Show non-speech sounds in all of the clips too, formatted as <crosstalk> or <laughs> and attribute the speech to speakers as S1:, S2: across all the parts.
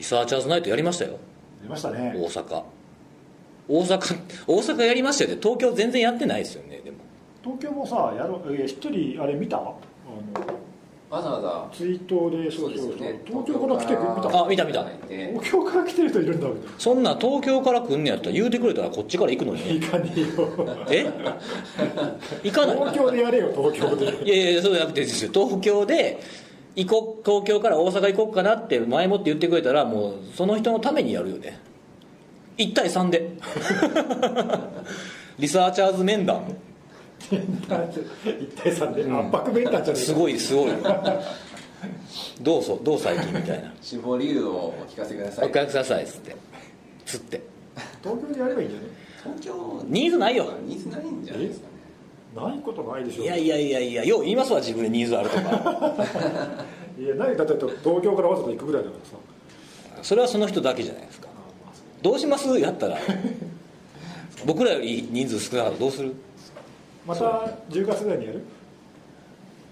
S1: サーチャーズナイトやりましたよ
S2: 出ましたね
S1: 大阪大阪大阪やりましたよね東京全然やってないですよねでも
S2: 東京もさやろいや一人あれ見たあの
S3: わざわざ
S2: ツイートでそうそうそう東京から来てく見た
S1: あ見た見た
S3: え
S2: 東京から来てる人いるんだみたい
S1: そんな東京から来んねやったら言うてくれたらこっちから行くのに
S2: ないかねえよ
S1: え行かない
S2: 東京でやれよ東京 <laughs> で
S1: いやいやそうじゃなくてですよ東京で行こう東京から大阪行こうかなって前もって言ってくれたらもうその人のためにやるよね1対3で <laughs> リサーチャーズ面談
S2: 一対三で圧迫弁なんじゃねえ
S1: す
S2: か
S1: ごいすごいどうぞどう最近みたいな
S3: 志望理由をお聞かせく
S1: 「
S3: ださ
S1: お
S3: い
S1: 客さんさい」っつってつって
S2: 東京でやればいいんじゃね
S3: 東京
S1: ニーズないよ
S3: ニーズないんじゃないですかね
S2: ないことないでしょ
S1: いやいやいやいやよう言いますわ自分でニーズあるとか
S3: <laughs>
S2: いやないだって東京からわざと行くぐらいだからさ
S1: それはその人だけじゃないですか
S2: あまあそう
S1: どうしますやったら僕らより人数少なかったらどうする
S2: また10月ぐらいにやる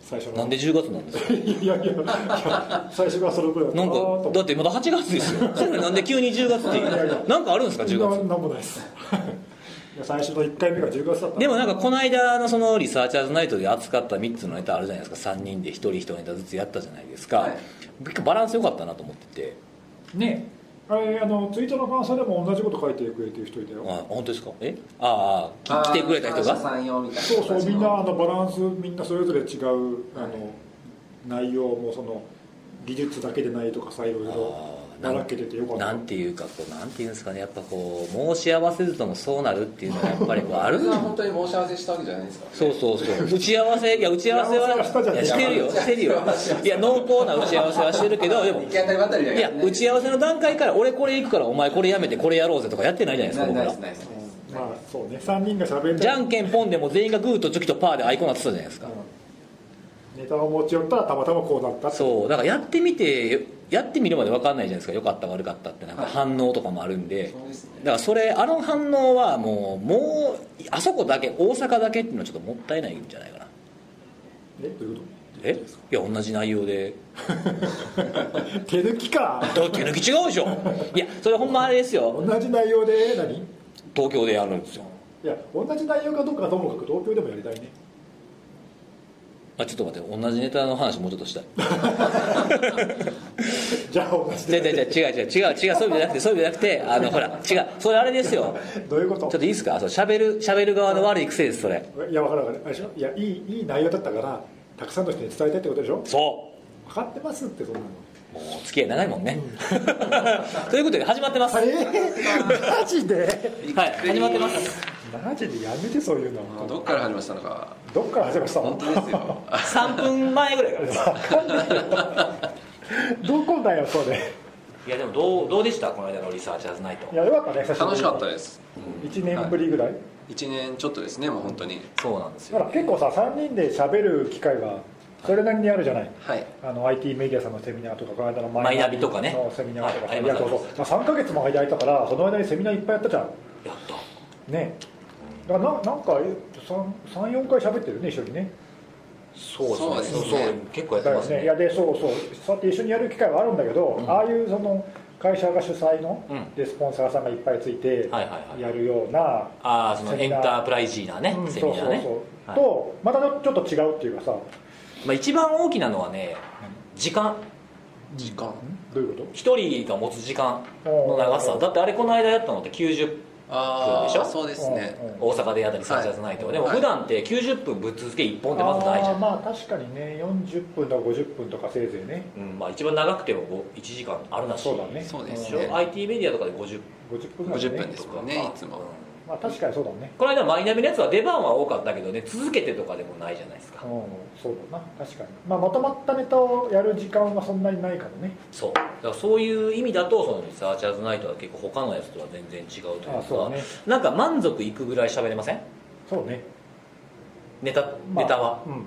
S2: 最初の
S1: なんで10月なんですか
S2: <laughs> いやいやいや最初がそのぐらいだ
S1: なん
S2: あーと思
S1: か
S2: っ
S1: だ
S2: て
S1: ってまだ8月です
S3: <laughs>
S1: よそれなのになんで急に10月って
S2: いやいや
S1: なんかあるんですか
S2: な
S1: 10
S2: なんもないです <laughs> いや最初の1回目が10月だった
S1: 月でもなんかこの間のそのリサーチャーズナイトで扱った3つのネタあるじゃないですか3人で1人1ネタずつやったじゃないですか、
S3: はい
S1: 結構バランス良かったなと思ってて
S2: ねあれあのツイートの感想でも同じこと書いてくれてる人いた
S1: あ
S2: よ
S1: 本当ですかえああき来てくれた人
S3: あー
S1: が
S3: 三者三様みたいな
S2: そうそうみんなあ
S3: の
S2: のバランスみんなそれぞれ違うあの、内容もその技術だけでないとかさいろいろ
S1: あーな
S2: ば
S1: ん
S2: らけててよかった
S1: なんていうかこうなんていうんですかねやっぱこう申し合わせずともそうなるっていうのはやっぱりこうある
S3: それは本当に申し合わせしたわけじゃないですか
S1: そうそうそう打ち合わせいや打ち合わせ
S2: 打ち合わせはしたじゃ
S1: は
S2: ない
S1: や
S2: い
S1: してるよしてるよいや濃厚な打ち合わせはしてるけどでも
S3: 行き当たりばったりじゃ
S1: いや打ち合わせの段階から俺これ行くからお前これやめてこれやろうぜとかやってないじゃないですか
S3: ない
S1: 僕
S3: ない
S1: ら
S3: ですないですないです
S2: まあそうね3人がしゃべる
S1: じゃんけんポンでも全員がグーとチョキとパーでアイコンなってたじゃないですか
S2: ネタを持ち寄ったらたまたまこうなったって
S1: そうだからやってみてやってみるまで分かんないじゃないですか良かった悪かったってなんか反応とかもあるんで
S3: そうですね
S1: だからそれあの反応はもうもうあそこだけ大阪だけっていうのはちょっともったいないんじゃないかな
S2: えどういうこ
S1: えいや同じ内容で
S2: と <laughs> 手抜きか
S1: だって手抜き違うでしょいやそれほんまあれですよ
S2: 同じ内容で何い
S1: 東京でやるんですよ
S2: や同じ内容かどうかはともかく東京でもやりたいね
S1: あちょっと待って同じネタの話もうちょっとしたい
S2: じゃあ同じ
S1: 違う
S2: で
S1: 違う違う違う違う違うそういう意味じゃなくてそういう意味じゃなくてあのほら違うそれあれですよ
S2: どういうこ
S1: ちょ
S2: と
S1: っといいですかそうしゃべるしゃべる側の悪い癖ですそれ
S2: いや分からん分からんあれでしょいやいいいい内容だったからたくさんの人に伝えたいってことでしょ
S1: そ
S2: 分かってますってそんなの
S1: うもう付き合い長いもんね <laughs> ということで始まってますはい
S2: え <laughs> マジで
S1: 始まってます
S2: マジでやめてそういうの
S3: どっから始めましたのか
S2: どっから始めました
S3: 本
S2: の
S3: 当ですよ
S1: 3分前ぐらいからです
S2: どこだよそれ
S1: いやでもどうどうでしたこの間のリサーチャーズナイト
S2: いやよかったね久しぶり
S3: 楽しかったです
S2: 1年ぶりぐらい、
S3: 1年ちょっとですねもう本当に
S1: そうなんです
S2: ほら
S1: よ
S2: 結構さ3人で喋る機会がそれなりにあるじゃない
S3: はい
S2: あの IT メディアさんのセミナーとかこの間の
S1: マイナビとかね
S2: のセミナーとか
S1: はい
S2: いやそうそうまあ3ヶ月も間空いたからその間にセミナーいっぱいやったじゃん
S1: やった
S2: ねだからななんか34回喋ってるね一緒にね
S1: そうですね
S3: そうですね
S1: そう結構やっ
S2: だ
S1: て
S2: よ
S1: ます
S2: ねい
S1: ね
S2: やでそうそうそうやって一緒にやる機会はあるんだけど、ああいうその会社が主催の、
S1: うん
S2: でスポンサーさんがいっぱいついて
S1: はいはいはい
S2: やるような、
S1: ああその
S2: セ
S1: エ
S2: ミ
S1: ン
S2: ナ
S1: タ
S2: ー
S1: ープライジーなね
S2: うん
S1: セミナーね
S2: そうそう
S1: はい
S2: そう、とまたちょっと違うっていうかさ
S1: まあ一番大きなのはね時間
S3: 時間
S2: どういうこ
S1: 一人が持つ時間の長さ
S2: うん
S1: だってあれこの間やったのって90そうで
S3: あ
S1: しょ
S3: あそうです
S2: うん
S3: ね
S2: うん
S1: 大阪でやったりサーチャーズナイト、
S3: はい
S1: でも
S3: はい
S1: 普段って90分ぶっ続け1本っ
S2: と
S1: てまずないじゃ
S2: あー
S1: ん、
S2: まあ確かにね40分とか50分とかせいぜいね
S1: うんまあ、一番長くてもこう1時間あるなし
S2: そうだね
S3: そうです
S1: 一応
S3: ね
S1: IT メディアとかで50
S2: 50分ぐらい、ね、
S3: 50分ですもんねいつも
S1: うん
S2: まあ確かにそうだね
S1: この間マイナビのやつは出番は多かったけどね続けてとかでもないじゃないですか、
S2: うんそうだな確かにまあまとまったネタをやる時間はそんなにないからね
S1: そうだからそういう意味だとそのリサーチャーズナイトは結構他のやつとは全然違うというか
S2: あそうだね
S1: なんか満足いくぐらい喋れません
S2: そうね
S1: ネタ、
S2: まあ
S1: ネタは
S2: うん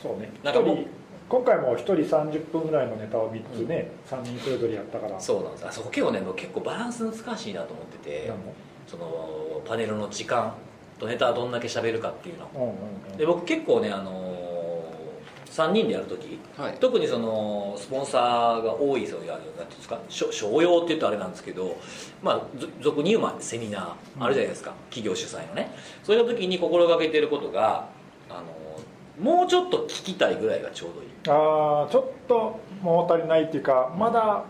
S2: そうね
S1: な
S2: 一
S1: んかもう
S2: 人今回も一人30分ぐらいのネタを3つね、三3人それぞれやったから
S1: そうなんですあそこ結構ねもう結構バランス難しいなと思ってて
S2: なんも
S1: そのパネルの時間とネタはどんだけ喋るかっていうの
S2: うんうんうん
S1: で僕結構ねあのー3人でやるとき、
S3: はい
S1: 特にそのスポンサーが多いそういうあれなんていうんですか商商用って言うとあれなんですけど、まあ、ぞ俗に言うまあセミナーあるじゃないですか、企業主催のねそういう時に心がけてることがあのもうちょっと聞きたいぐらいがちょうどいい
S2: あーちょっと物足りないっていうかまだ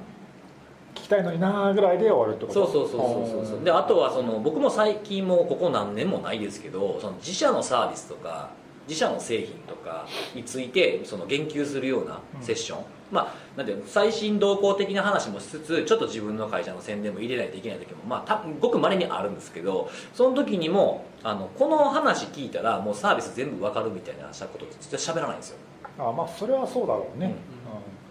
S2: 聞きたいのになーぐらいで終わるってこ
S1: そ
S2: と
S1: うそうそうそうそうそうで
S2: あ
S1: あとはその僕も最近もここ何年もないですけどその自社のサービスとか自社の製品とかについてその言及するようなセッション、まあなんていうの最新動向的な話もしつつちょっと自分の会社の宣伝も入れないといけない時もまあたごくまれにあるんですけどその時にもあのこの話聞いたらもうサービス全部わかるみたいなしたこと実は喋らないんですよ
S2: ーまあそれはそうだろうね、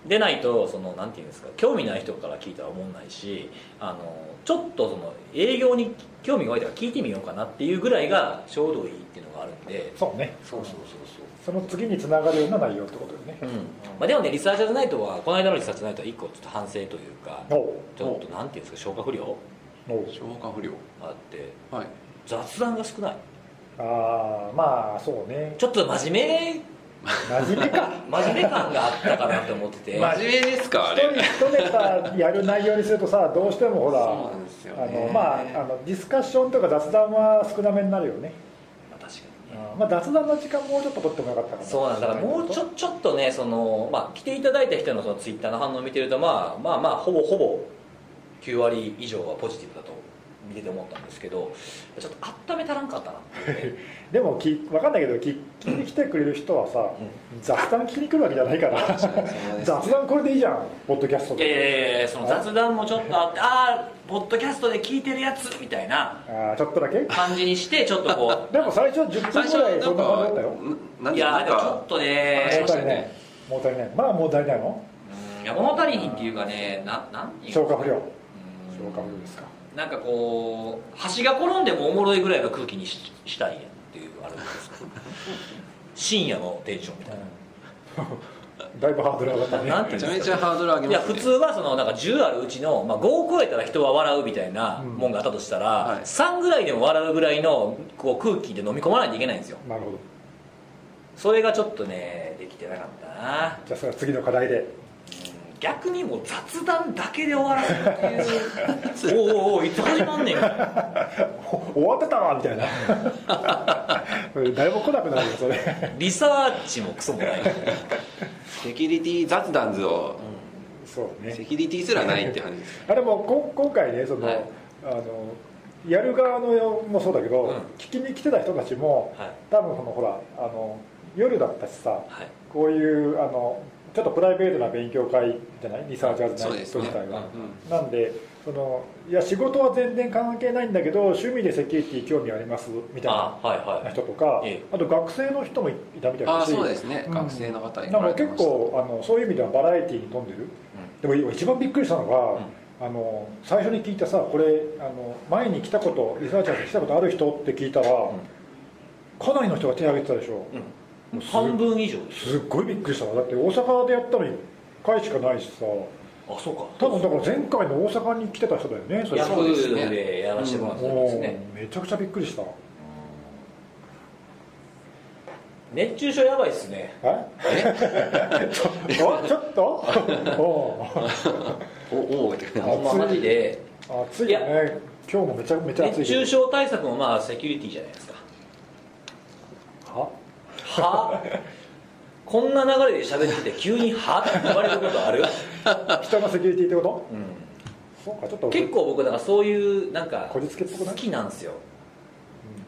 S1: でないとそのなんていうんですか興味ない人から聞いたら思んないしあのちょっとその営業に興味が湧いたから聞いてみようかなっていうぐらいがちょうどいいっていうのがあるんで
S2: うんそうね
S1: そうそうそう
S2: その次につながるような内容ってことよね
S1: そう、うんまあ、でもねリサーチャーズナイトはこの間のリサーチャーズナイトは1個ちょっと反省というか
S2: おう
S1: ちょっとなんていうんですか消化不良
S2: おう
S3: 消化不良
S1: あって
S3: はい
S1: 雑談が少ない
S2: ああまあそうね
S1: ちょっと真面
S2: 真面目か
S1: 目真面目感があったかなって思って <laughs> て、
S3: 真面目ですかあ
S2: 一
S3: れ
S2: 人一ネタやる内容にするとさどうしてもほら
S3: そうなんですよ
S2: あ
S3: ね
S2: のまああのディスカッションとか雑談は少なめになるよね、
S1: まあ確かにね
S2: うんまあ、雑談の時間もうちょっと取ってもよかったかな
S1: そうなんだからもうちょちょっとねその、まあ、来ていただいた人のそのツイッターの反応を見てると、まあ、まあまあほぼほぼ9割以上はポジティブだと見てて思ったんですけどちょっと温め足らんかったなっていうね
S2: でもき分かんないけどき聞いてきてくれる人はさ、雑談聞きに来るわけじゃないから
S3: そうです
S2: 雑談これでいいじゃんポッドキャスト
S1: いやい
S2: で、
S1: やいやその雑談もちょっと <laughs> あってああポッドキャストで聞いてるやつみたいな
S2: あーちょっとだけ
S1: 感じにしてちょっとこ
S2: でも最初10
S3: 最
S2: 分
S3: 初
S2: ぐらい
S3: な
S2: そ
S3: ん
S2: んな感じだった
S3: か
S2: よ
S3: ななん
S1: い
S3: でな
S1: や
S3: ん
S1: でもちょっ
S3: か
S1: とね
S3: そ
S2: 物
S3: うそ
S2: 足
S3: う
S2: りない物足りないまあ物足りないの
S1: いや物足りひんっていうかねななんていう
S2: 消化
S1: か
S2: 不良
S1: うん
S2: 消化不良ですか
S1: なんかこう橋が転んでもおもろいぐらいの空気にししたいねっていうあれですけど深夜のテンションみたいな、
S2: うんだいぶハードル上がったね
S1: なんていう
S3: め
S1: ん
S3: ちゃ
S1: で
S3: め
S1: す
S3: ち
S1: か
S3: ゃハードル上げ
S1: い
S3: ま
S1: や
S3: す
S1: 普
S3: ね
S1: 通はそのなんか10あるうちの、まあ、5を超えたら人は笑うみたいな
S2: うん
S1: もんがあったとしたら、
S3: はい
S1: 3ぐらいでも笑うぐらいのこう空気で飲み込まないといけないんですよ
S2: なるほど
S1: それがちょっとねできてなかったな
S2: じゃあそれは次の課題で <laughs>
S1: うん逆にもう雑談だけで終わらせるっていうおうおうおういつ始まんねん
S2: お終わってたわみたいな <laughs> 誰も来なくなるよそれ
S1: リサーチもクソもない
S3: セキュリティ雑談図を
S2: そうね
S3: セキュリティすらないって話です
S2: あれもこ今回ねその、
S3: はい
S2: あのやる側のもそうだけど、
S1: うん
S2: 聞きに来てた人たちも、
S1: はい
S2: 多分このほらあの夜だったしさ
S1: はい
S2: こういうあのちょっとプライベートな勉強会じゃないリサーチャーズ
S3: そ
S2: な
S3: う
S2: い
S3: です
S2: 人
S3: ね
S2: 自体は、
S1: う
S2: なんでそのいや仕事は全然関係ないんだけど趣味でセキュリティ興味ありますみたい
S1: あ
S2: な
S1: はいはい
S2: 人とか、
S1: ええ
S2: あと学生の人もいたみたい
S3: あ
S2: だ
S3: あ
S2: し
S3: そうですね
S2: うん
S3: 学生の方に
S2: なんか結構あのそういう意味ではバラエティーに富んでる、でも一番びっくりしたのが、あの最初に聞いたさこれあの前に来たことリサーチャーに来たことある人って聞いたら、かなりの人が手を挙げてたでしょ、
S1: うん半分以上です
S2: すっごいびっくりしたわだって大阪でやったの1回しかないしさ
S1: あそうか
S2: 多分だから前回の大阪に来てた人だよねそれ
S1: ヤ
S3: い
S1: フ
S3: やそうですね
S1: ーでやらせてもらったんですね
S2: もうめちゃくちゃびっくりした
S1: 熱中症やばいっすね
S2: えちょおちょ
S3: <laughs>
S2: っとおう
S3: おおおって
S2: あ
S1: ほんまマジで
S2: 暑いよね今日もめちゃめちゃ暑い
S1: 熱中症対策もまあセキュリティじゃないですか
S2: は
S1: はこんな流れで喋ってて急に「は?」って言われることある、
S2: 人のセキュリティってこと
S1: うん
S2: そうかちょっと
S1: 結構僕なんかそういうなんか
S2: こじつけっぽくな
S1: 好
S2: い
S1: きなんですよ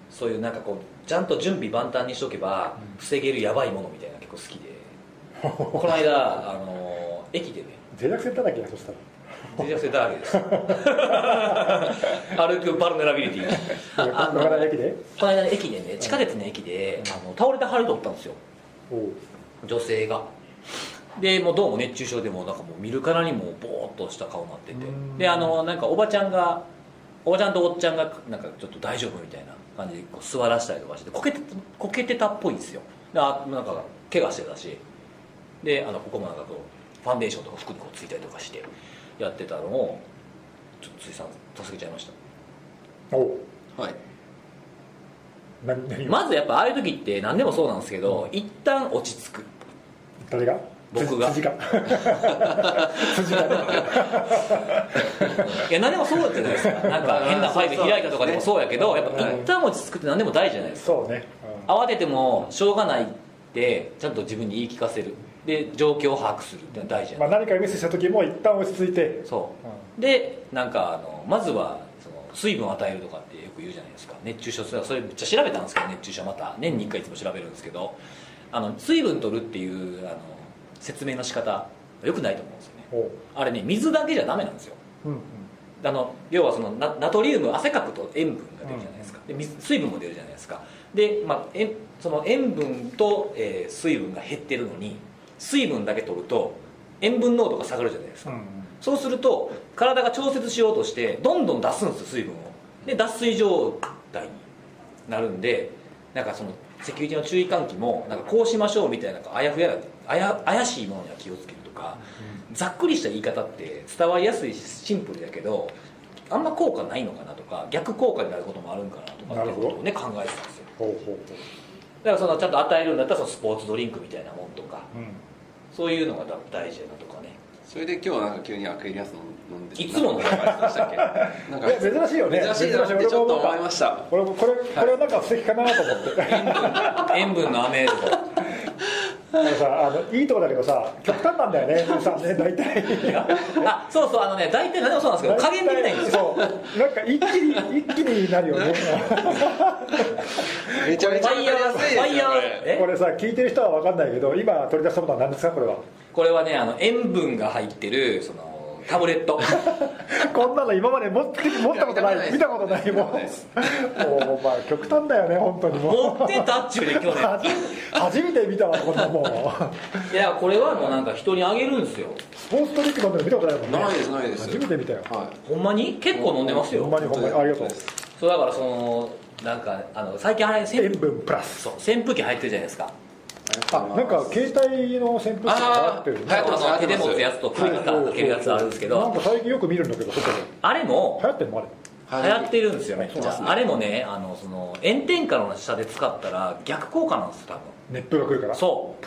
S1: そういうなんかこうちゃんと準備万端にしとけば防げるやばいものみたいな結構好きでこの間あの駅でね
S2: 脆弱性だらけやそした
S1: 脆弱性だらけです歩くバルネラビリティ
S2: ら
S1: あ
S2: 野
S1: の
S2: 原駅で
S1: この間ね駅でね地下鉄の駅であの倒れたはるとおったんですよ
S2: おう
S1: 女性がでもうどうも熱中症でもうなんかもう見るからにもうボーっとした顔になってて
S2: うん
S1: であのなんかおばちゃんがおばちゃんとおっちゃんがなんかちょっと大丈夫みたいな感じでこう座らせたりとかしてこけてこけてたっぽいんですよであなんか怪我してたしであのここもなんかこうファンデーションとか服にこうついたりとかしてやってたのをちょっと辻さん助けちゃいました
S2: おう
S3: はい
S2: 何何を
S1: まずやっぱああいう時って何でもそうなんですけど、一旦落ち着く
S2: 誰が <laughs>
S1: 僕が
S2: 辻辻か辻かね
S1: いや何でもそうじゃないですか <laughs> なんか変なファイル開いたとかでもそうやけどやっぱ一旦文字作って何でも大事じゃないですか
S2: そうね、うん
S1: 慌ててもしょうがないってちゃんと自分に言い聞かせるで状況を把握するってのは大事や
S2: ま
S1: な
S2: あ、何かミスした時も一旦落ち着いて
S1: そうでなんかあのまずはその水分を与えるとかってよく言うじゃないですか熱中症それそれめっちゃ調べたんですけど熱中症また年に1回いつも調べるんですけどあの水分取るっていうあの説明の仕方よくないと思うんですよね
S2: おう
S1: あれね水だけじゃダメなんですよ
S2: うんうん
S1: あの要はそのナナトリウム汗かくと塩分が出るじゃないですか、で水水分も出るじゃないですかで、まあ、えその塩分と、えー水分が減ってるのに水分だけ取ると塩分濃度が下がるじゃないです
S2: う
S1: か、
S2: ん
S1: そうすると体が調節しようとしてどんどん出すんですよ水分をで脱水状態になるんでなんかそのセキュリティの注意喚起もなんかこうしましょうみたいなあやふやなあや怪しいものには気をつけるとか、ざっくりした言い方って伝わりやすいしシンプルだけどあんま効果ないのかなとか逆効果になることもあるんかなとかっていうことをね考えてたんですよ
S2: ほうほう
S1: だからそのちゃんと与えるんだったらそのスポーツドリンクみたいなもんとか
S2: ほう、うん、
S1: そういうのがだ大事だなとかね
S3: それで今日なんか急にアクエリアス飲んで
S1: いつもの
S3: なんかありましたっけなん
S2: いや珍しいよね
S3: 珍しいなってちょっと思いました
S2: これもこれこれはなんか布石かなと思って
S1: 塩分塩分の雨とか
S2: あのさあのいいとこだけどさ極端なんだよねさね大体
S1: あそうそうあのね大体何で <laughs> もそうなんですけど加減できないんですよ
S2: そうなんか一気に一気になるよね
S3: めちゃめ
S1: フ
S3: ちゃ
S1: ァイヤー
S3: わ
S1: フ
S3: かりやすい
S1: ァ
S3: で
S1: イ
S3: すよ
S1: ヤー
S3: ね
S2: こ
S1: え
S2: れさ聞いてる人は分かんないけど今取り出したものは何ですかこれは <laughs>
S1: これはねあの塩分が入ってるそのタブレット
S2: こんなの今まで持って持ったことない見
S3: 見
S2: た
S3: た
S2: こ
S3: ことと
S2: な
S3: ないい
S2: もんもうまあ極端だよね本当にもう
S1: 持ってたっちゅうね去
S3: <laughs>
S1: 年
S2: 初初めて見たわこんなもん
S1: いやこれはもうなんか人にあげるんですよ
S2: スポーツトリック飲んでるの見たことないもんね
S3: ないですないです
S2: 初めて見たよ
S3: は
S1: ほんまに結構飲んでます
S2: ほんま
S1: よ
S2: にほんまにありがとう
S1: そうだからそのなんかあの最近あれ扇
S2: 塩分プラス
S1: そう扇風機入ってるじゃないですか
S2: あなんか携帯の扇風機があってる
S3: あ
S2: ね
S3: ー流行ってます
S1: あの手で持つやつと首からかけるやつあるんですけ
S2: なん
S1: ど
S2: か最近よく見るんだけど外で
S1: あれも
S2: 流行ってんのあれ
S1: 流行ってるんですよめっち
S3: そうですね
S1: ゃあれもねあのその炎天下の下で使ったら逆効果なんですよ多分
S2: 熱風が来るから
S1: そう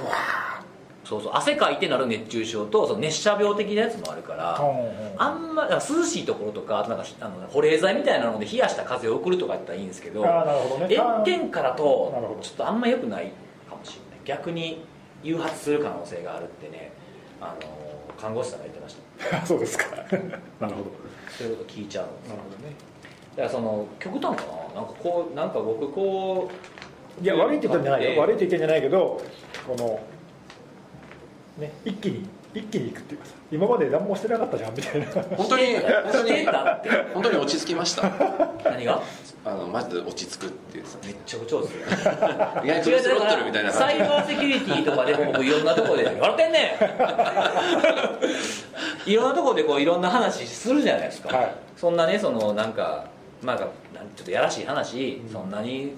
S1: そうそう汗かいてなる熱中症とその熱射病的なやつもあるから
S2: うんうん
S1: あんまなんか涼しいところとかあとなんかひあの保冷剤みたいなので冷やした風を送るとかやったらいいんですけど
S2: あーなるほどね
S1: 炎天下だ
S2: なるほ
S1: と
S2: ど
S1: ちょっとあんま良くないかもしれない逆に誘発する可能性があるってねあの看護師さんが言ってました
S2: あ <laughs> そうですか <laughs> なるほど
S1: そういうこと聞いちゃうんですよ
S2: なるほどね
S1: だからその極端かななんかこうなんか僕こう
S2: いや悪いって言ったんじゃないよ悪いって
S1: い
S2: 言ったんじゃないけどこのね一気に一気にいくっていうかさ今まで何もしてなかったじゃんみたいな <laughs>
S3: 本当に本
S1: <laughs>
S3: 当
S1: して
S3: に
S1: たって
S3: 本当に落ち着きました
S1: 何が
S3: あのまず落ち着くっていうさ
S1: めっちゃ上手ですよ
S3: 意外にフルスロットルみたいな
S1: サイバーセキュリティとかでも僕いろんなとこで「笑ってんねん! 」いろんなとこでこういろんな話するじゃないですか、
S2: はい
S1: そんなねそのなんかまあなんちょっとやらしい話、そんなに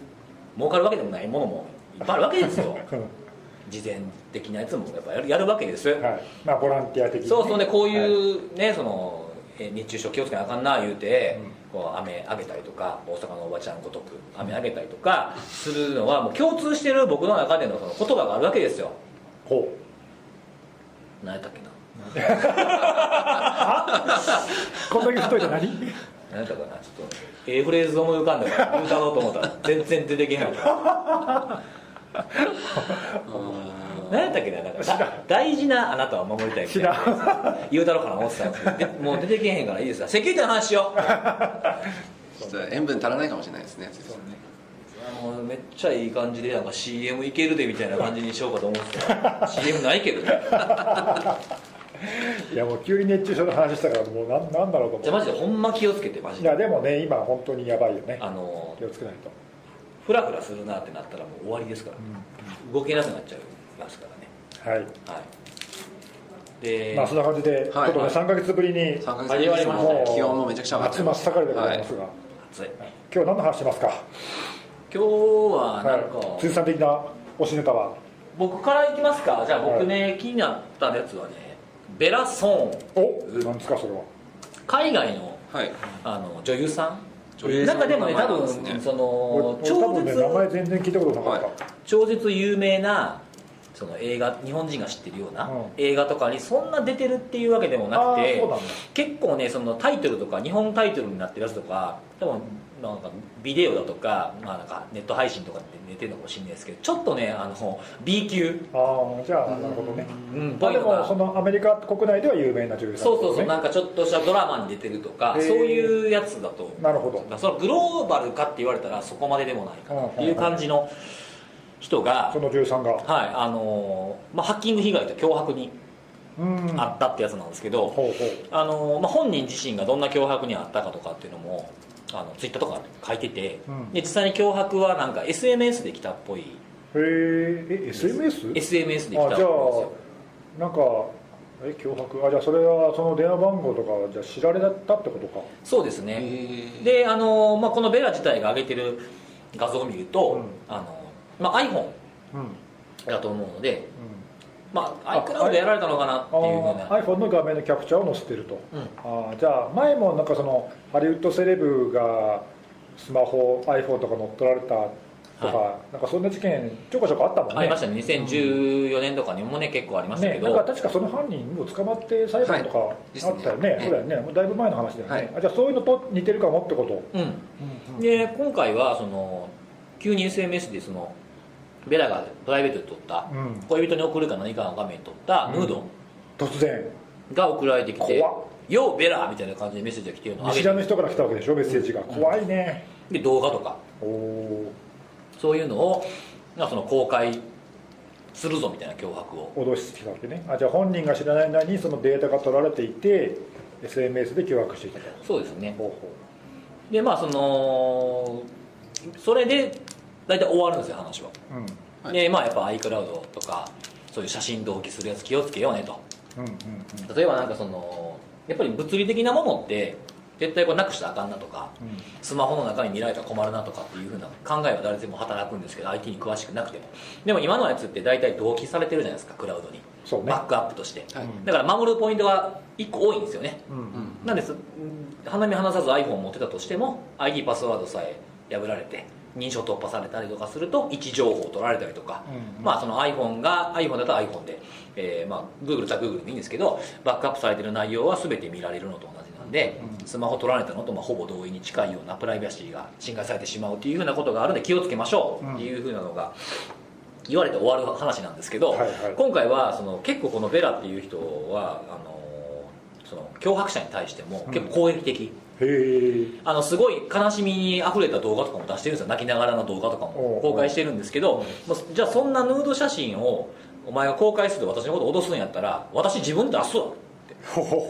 S1: 儲かるわけでもないものもいっぱいあるわけですよ
S2: うん
S1: 事前的なやつもやっぱやるやるわけです、
S2: はいまあボランティア的にね
S1: そうそうねこういうね、そのえー熱中症気をつけなあかんな言うて、こう雨あげたりとか大阪のおばちゃんごとく雨あげたりとかするのはもう共通してる僕の中でのその言葉があるわけですよ
S2: ほう
S1: 何やったっけな
S2: こんだけ太いじゃ何 <laughs>
S1: 何やったかなちょっとええフレーズ思い浮かんだから歌おうと思った <laughs> ら全然出てけへんかった何やったっけななんかだ大事なあなたを守りたいみたいな言うたろうかな思ってたんですけどでもう出てけへんからいいですかセキュリティの話しよう
S3: ちょっと塩分足らないかもしれないですねそうね
S1: あのめっちゃいい感じでなんか CM いけるでみたいな感じにしようかと思うんですけ <laughs> ど CM ないけどね
S2: いやもう急に熱中症の話したからもうなんなんだろうと
S1: じゃあ
S2: 思
S1: マジでほんま気をつけてマ
S2: う
S1: ジ
S2: い
S1: で
S2: やでもね今本当にやばいよね
S1: あの
S2: 気をつけないと
S1: フラフラするなってなったらもう終わりですから、動けなくなっちゃいますからね
S2: は
S1: は
S2: い
S1: いで、
S2: まあそんな感じで、
S3: はい
S2: ちょっとね、
S3: はい
S2: 3か月ぶりに
S3: 3ヶ月
S1: 始まりましたね
S2: う
S3: 気温もめちゃくちゃ上がって
S2: 夏真っ盛りでございます
S3: は
S2: が、
S1: 暑い
S2: 今日何の話してますか、
S1: 今日はなんか、
S2: はい、辻さん的な推しネタは
S1: 僕からいきますかじゃあ僕ね、気になったやつはねベラ・ソーン
S2: おなんですかそれは
S1: 海外の
S3: はい
S1: あの女優さん
S3: 女優
S1: な
S3: さ
S1: ん
S3: ん
S1: かでもね
S3: の名
S1: 多
S3: 前なん
S1: 分
S3: ですね
S1: そ
S2: 俺
S1: の
S2: 俺多
S1: 超
S2: 分ね
S1: 絶
S2: 名前全然聞いたことなかった、
S3: は
S1: 超絶有名なその映画日本人が知ってるような
S2: うん
S1: 映画とかにそんな出てるっていうわけでもなく
S2: あー
S1: て
S2: そうなんだ
S1: 結構ねそのタイトルとか日本タイトルになってるやつとか多分なんかビデオだとか,、まあ、なんかネット配信とかって出てるのかもしれないですけどちょっとねあの B 級
S2: ああじゃあなるほどね
S1: うん
S2: ま
S1: ぽ
S2: あ
S1: い
S2: で
S1: のが
S2: もそのアメリカ国内では有名な女優さん
S1: そうそうそう、
S2: ね
S1: なんかちょっとしたドラマに出てるとか
S2: へー
S1: そういうやつだと
S2: なるほど
S1: だからそのグローバルかって言われたらそこまででもないかなっていう感じの人が
S2: そ、の女優さんが
S1: はいあのーまあ、ハッキング被害と脅迫に
S2: うん
S1: あったってやつなんですけど、
S2: ほうほう
S1: あのーまあ、本人自身がどんな脅迫にあったかとかっていうのもあのツイッターとか書いてて、
S2: うん
S1: で実際に脅迫はなんか SNS で来たっぽい
S2: へーえ SMS?
S1: SNS で来たっぽいん
S2: あ
S1: です
S2: じゃ
S1: よ
S2: あなんかえ脅迫あじゃあそれはその電話番号とかはじゃあ知られだったってことか
S1: そうです
S3: へ
S1: ね、
S3: ー
S1: であの、まあ、このベラ自体が上げてる画像を見ると、
S2: う
S1: あのまあ、iPhone
S2: うんうん
S1: だと思うので、まあ、iCloud でやられたのかなっていうよう
S2: あ
S1: な、
S2: ー iPhone の画面のキャプチャーを載せてると
S1: うん
S2: あーじゃあ前もなんかそのハリウッドセレブがスマホ iPhone とか乗っ取られたとか、なんかそんな事件ちょこちょこあったもんね
S1: ありましたね2014年とかにもね結構ありましたけ
S2: ね、
S1: ど、
S2: なんか確かその犯人も捕まって裁判とか
S3: はい
S2: あったよね、
S3: です
S2: そ
S3: ね
S2: うだよね、もうだいぶ前の話だよね、
S3: はい
S2: あじゃあそういうのと似てるかもってこと、
S1: うん、で今回はその急に SMS でそのベラがプライベートで撮った、
S2: うん
S1: 恋人に送るか何かの画面で撮ったムード
S2: 突然、
S1: が送られてきて
S2: 怖っ
S1: 「ようベラ!」みたいな感じでメッセージが来てるのを上
S2: 見
S1: げ
S2: 知ら
S1: て
S2: ぬ人から来たわけでしょ、メッセージが、怖いね、
S1: で動画とか
S2: おお
S1: そういうのをまあその公開するぞみたいな脅迫を
S2: ー、脅してきたわけね、あじゃあ本人が知らない間にそのデータが取られていて、SNS で脅迫してきたと、
S1: そうですね
S2: ほう
S1: でまあそのそれで大体終わるんですよ話は、
S2: ほううん
S3: はい
S1: でまあやっぱ iCloud とかそういう写真同期するやつ気をつけようねと
S2: うんうん
S1: 例えばなんかそのやっぱり物理的なものって絶対これなくしたらあかんなとか
S2: うん
S1: スマホの中に見られたら困るなとかっていうふうな考えは誰でも働くんですけど IT に詳しくなくてもでも今のやつって大体同期されてるじゃないですかクラウドに
S2: そうね
S1: バックアップとして、
S3: はい
S2: うん
S1: だから守るポイントが1個多いんですよね
S2: うんうん
S3: うん
S1: なんです花見離さず iPhone を持ってたとしても ID パスワードさえ破られて認証突破されたりとかすると位置情報を取られたりとか、
S2: うんうん
S1: まあ、その iPhone が iPhone だと iPhone で、えーまあ、Google だと Google でもいいんですけどバックアップされてる内容は全て見られるのと同じなんで、
S2: うん
S1: スマホ取られたのとまあほぼ同意に近いようなプライバシーが侵害されてしまうというふうなことがあるんで気をつけましょうっていうふうなのが言われて終わる話なんですけど、
S2: はいはい
S1: 今回はその結構このベラっていう人はあのその脅迫者に対しても結構攻撃的、
S2: へえ
S1: あのすごい悲しみにあふれた動画とかも出してるんですよ泣きながらの動画とか
S2: おうお
S1: も
S2: う
S1: 公開してるんですけどもうじゃあそんなヌード写真をお前が公開すると私のこと脅すんやったら私自分で出すわって
S2: ほほほ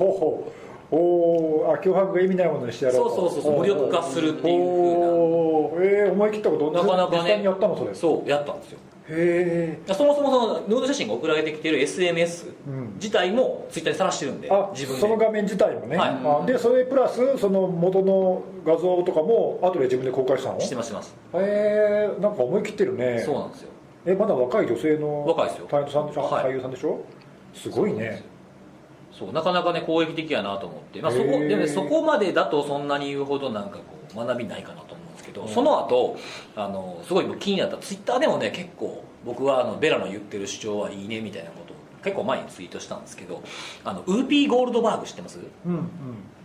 S2: ほおおあ脅迫が意味ないものにしてやろうと
S1: そうそうそうそう
S2: おー
S1: 無力化するっていう風な
S2: おーえー、思い切ったこと
S1: なかなか
S2: 実
S1: ね
S2: 際にやったのそれへ
S1: そうやったんですよ
S2: え
S1: そもそもそのヌード写真が送られてきてる SMS
S2: うん
S1: 自体もツイッターにさらしてるんで
S2: あ
S1: 自分で
S2: その画面自体もね、
S1: はい
S2: あでそれプラスその元の画像とかも後で自分で公開したの
S1: してますしてます
S2: えー、なんか思い切ってるね
S1: そうなんですよ
S2: えまだ若い女性の
S1: 若いですよ
S2: タレントさんでしょ、
S1: はい
S2: 俳優さんでしょすごいね
S1: そうなかなかね攻撃的やなと思って、まあ、そこ
S2: へー
S1: でもねそこまでだとそんなに言うほどなんかこう学びないかなと思うんですけど、
S2: うん
S1: その後あのすごい僕気になったツイッターでもね結構僕はあのベラの言ってる主張はいいねみたいなことを結構前にツイートしたんですけどあのウーピー・ゴールドバーグ知ってます、
S2: うんうん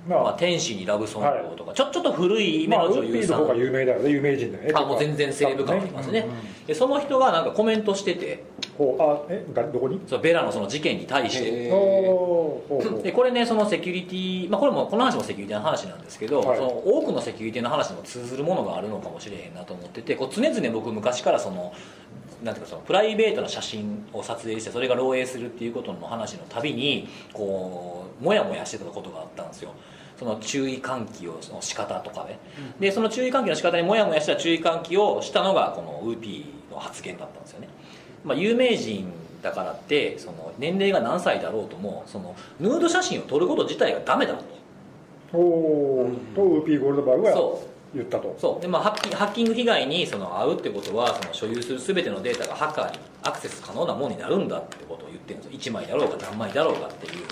S2: まあ、
S1: まあ、天使にラブソングをとか、ちょちょっと古い目
S2: まあ、
S1: の
S2: ウ
S1: 女
S2: ッピ
S1: 優
S2: ーの
S1: さん、
S2: 方が有名だよね有名人だよね
S1: あもう全然セレブ感ありますね
S2: うんうん
S1: でその人がなんかコメントしてて
S2: ほうあえだどこに
S1: そのベラのその事件に対して
S3: へえー
S2: おーほうほう
S1: でこれねそのセキュリティ、まあ、これもこの話もセキュリティの話なんですけど、
S2: はい
S1: その多くのセキュリティの話にも通ずるものがあるのかもしれへんなと思っててこう常々僕昔からそのなんていうかそのプライベートな写真を撮影してそれが漏洩するっていうことの話のたびにこうモヤモヤしてたことがあったんですよその注意喚起をの仕方とかね、でその注意喚起の仕方にモヤモヤした注意喚起をしたのがこのウーピーの発言だったんですよねまあ、有名人だからってその年齢が何歳だろうともそのヌード写真を撮ること自体がダメだと
S2: おーとウーピーゴールドバーグが
S1: そ
S2: 言ったと
S1: そうで、まあ、ハッキンハッキング被害にその遭うってことはその所有する全てのデータがハッカーにアクセス可能なものになるんだってことを言ってるんですよ1枚だろうが何枚だろうがっていうふうに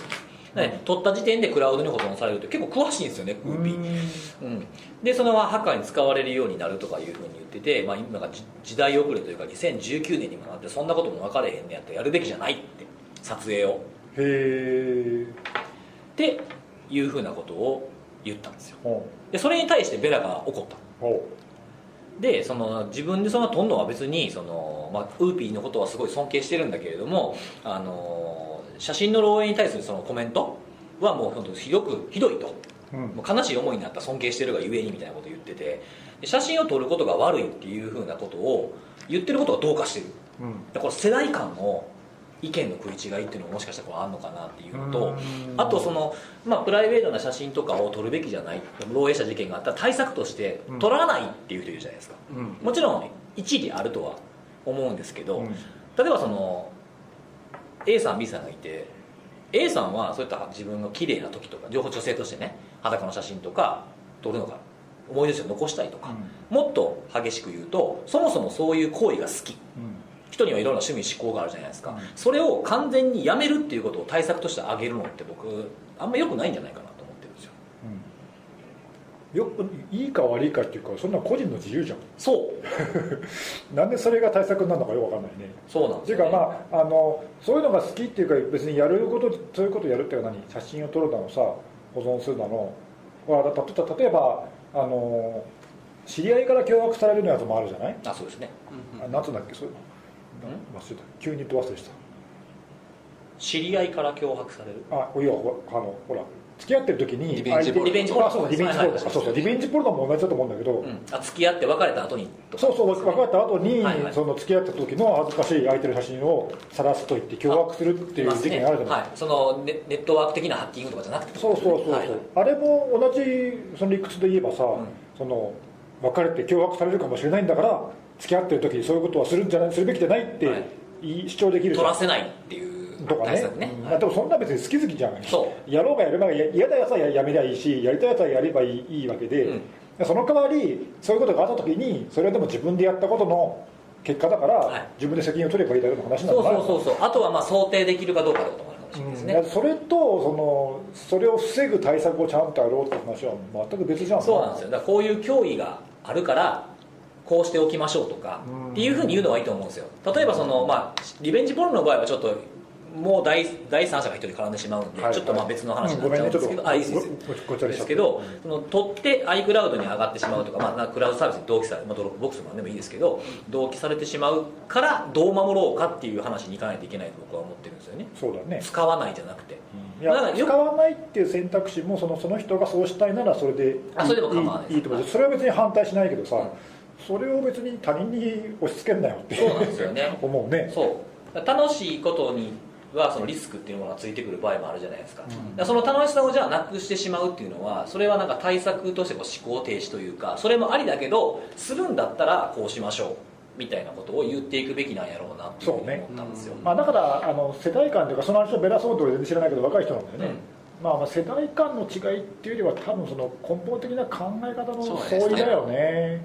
S1: で取った時点でクラウドに保存されるって結構詳しいんですよねウーピーうん、でそれはハッカーに使われるようになるとかいうふうに言ってて、まあ、今が時時代遅れというか2019年にもなってそんなことも分かれへんねやったらやるべきじゃないって撮影を
S2: へえ
S1: っていうふうなことを言ったんですよ
S2: おう
S1: でそれに対してベラが怒った
S2: おう
S1: でその自分でそんなとんのは別にその、まあ、ウーピーのことはすごい尊敬してるんだけれどもあの写真の漏洩に対するそのコメントはもう本当ひどくひどいと
S2: うん
S1: もう悲しい思いになった尊敬してるがゆえにみたいなこと言っててで写真を撮ることが悪いっていうふうなことを言ってることがどうかしてる
S2: うん
S1: だから世代間の意見の食い違いっていうのももしかしたらこうあんのかなっていうの
S2: う
S1: と
S2: ん
S1: あとその、まあ、プライベートな写真とかを撮るべきじゃない漏洩した事件があったら対策として
S2: うん
S1: 撮らないっていう人いるじゃないですか
S2: うん
S1: もちろん一理あるとは思うんですけど、
S2: うん
S1: 例えばその A さん B さんがいて A さんはそういった自分の綺麗な時とか情報女性としてね裸の写真とか撮るのが思い出として残したいとか、もっと激しく言うとそもそもそういう行為が好き
S2: うん
S1: 人にはいろんな趣味思考があるじゃないですか、
S2: うん
S1: それを完全にやめるっていうことを対策として挙げるのって僕あんま良くないんじゃないかなと思ってるんですよ
S2: うんよくいいか悪いかっていうかそんな個人の自由じゃん
S1: そう
S2: なんでそれが対策になるのかよくわかんないね
S1: そうなん
S2: っ
S1: です
S2: ていう
S1: よ、ね、
S2: かまああのそういうのが好きっていうか別にやることそういうことやるっていうのは何写真を撮るなのさ保存するなのはたた例えばあの知り合いから脅迫されるのやつもあるじゃない
S1: あそうですね
S2: あなんつうんだっけそういうのな忘れた急にど忘れした
S1: 知り合いから脅迫される
S2: あいやほらあのほら付き合ってる時に
S3: リベンジポ
S1: リ
S2: 相手
S3: ルノ
S1: ベンジポルノ
S2: あそうリベ
S1: はいはい
S2: ンジポルノあそうそうリベンジポルノも同じだと思うんだけど、
S1: うん、あ付き合って別れた後にとか
S2: そうそう別れた後に、
S1: はいはい
S2: その付き合った時の恥ずかしい相手の写真を晒すと言って脅迫するっていう事件があるじゃない
S1: はい、そのネネットワーク的なハッキングとかじゃなくて
S2: そうそうそうそう、
S1: はいはい
S2: あれも同じその理屈で言えばさ、
S1: うん
S2: その別れて脅迫されるかもしれないんだから付き合ってる時にそういうことはするんじゃないするべきじゃないって、
S1: はい
S2: い主張できるじ
S1: 取
S2: ゃん
S1: らせないっていう
S2: とか
S1: 対
S2: ね
S1: 策ね
S2: うん
S1: はい
S2: でもそんな別に好き好きじゃん
S1: そ
S2: やろうがやるまいがや嫌なやつはややめりゃいいしやりたいやつはやればいいいいわけで、
S1: うん
S2: その代わりそういうことがあった時にそれはでも自分でやったことの結果だから、
S1: はい
S2: 自分で責任を取ればいいだけの話
S1: そ
S2: なの
S1: う
S2: かな
S1: そうそうそうあとはまあ想定できるかどうかってこともあるかもしれないですね、
S2: うんそれとそのそれを防ぐ対策をちゃんとやろうって話は全く別じゃん
S1: そうなんですよだからこういう脅威があるからこうしておきましょうとか
S2: うん
S1: っていうふうに言うのはいいと思うんですよ例えばその、まあ、リベンジポルノの場合はちょっともう第第三者が一人絡んでしまうんで、
S2: はい
S1: ちょっとまあ別の話にな
S2: う
S1: っ
S2: ん
S1: ち
S2: ご
S1: ゃう
S2: め
S1: ん
S2: んね
S1: ですけど、
S2: ちょっと
S1: あいいですいいです
S2: ごごっちゃに
S1: で
S2: しちゃ
S1: す
S2: って
S1: けど、その取って iCloud に上がってしまうとか、まあ、なクラウドサービスに同期され、まあ、ドロップボックスも何でもいいですけど同期されてしまうからどう守ろうかっていう話にいかないといけないと僕は思ってるんですよね
S2: そうだね
S1: 使わないじゃなくて
S2: いや
S1: だからよく
S2: 使わないっていう選択肢もそのその人がそうしたいならそれでいい
S1: あそれでも構わないです
S2: いいいと思うそれは別に反対しないけどさ、
S1: うん
S2: それを別に他人に押し付けんなよって
S1: そうなんですよね
S2: <laughs> 思うね
S1: そう楽しいことにはそのリスクっていうものがついてくる場合もあるじゃないですか,、
S2: うん
S1: その楽しさをじゃあなくしてしまうっていうのはそれはなんか対策としてこう思考停止というかそれもありだけどするんだったらこうしましょうみたいなことを言っていくべきなんやろうなっていうふうに思ったんですよ、
S3: そうね
S2: まあ、だからあの世代間というかその話のベラソード俺全然知らないけど若い人なんだよね、まあ、まあ世代間の違いっていうよりは多分その根本的な考え方の
S3: そう
S2: 相
S3: ですね
S2: 違だよね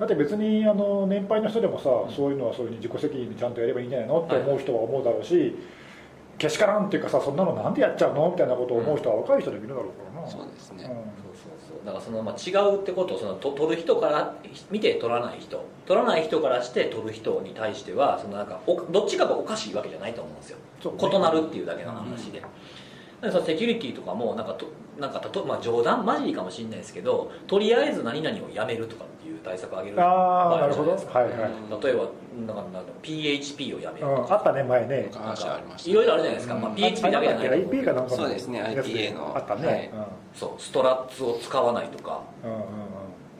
S2: だって別にあの年配の人でもさ、そういうのはそういうふうに自己責任でちゃんとやればいいんじゃないのって思う人は思うだろうし、けしからんっていうかさそんなのなんでやっちゃうのみたいなことを思う人は若い人でもいるだろうからな、
S3: そうですね、
S1: そうそうそうだからその、まあ、違うってことをそのと取る人から見て取らない人取らない人からして取る人に対してはそのなんかおどっちかがおかしいわけじゃないと思うんですよ
S2: そうね
S1: 異なるっていうだけの話で、なんでそのセキュリティとかもなんかとなんかたと、まあ、冗談交じりかもしれないですけどとりあえず何々をやめるとかっていう対策を挙げる
S2: うん、ああな
S1: る
S2: る
S1: じゃな
S2: ほ
S1: い
S2: ど
S1: ですか
S2: はいはい、
S1: 例えばなんかなんだろう PHP をやめる
S2: う
S1: と
S2: ん、あ
S1: か,、
S2: ったね前ね
S3: なんか話ありましたね
S1: いろいろあるじゃないですか、まあ、PHP だけじゃないと思う
S2: IP かなんかの
S3: そうですね
S2: やつ
S3: IPA の
S2: あったね、
S3: はい
S1: そうストラッツを使わないとか
S2: うんうんうんうん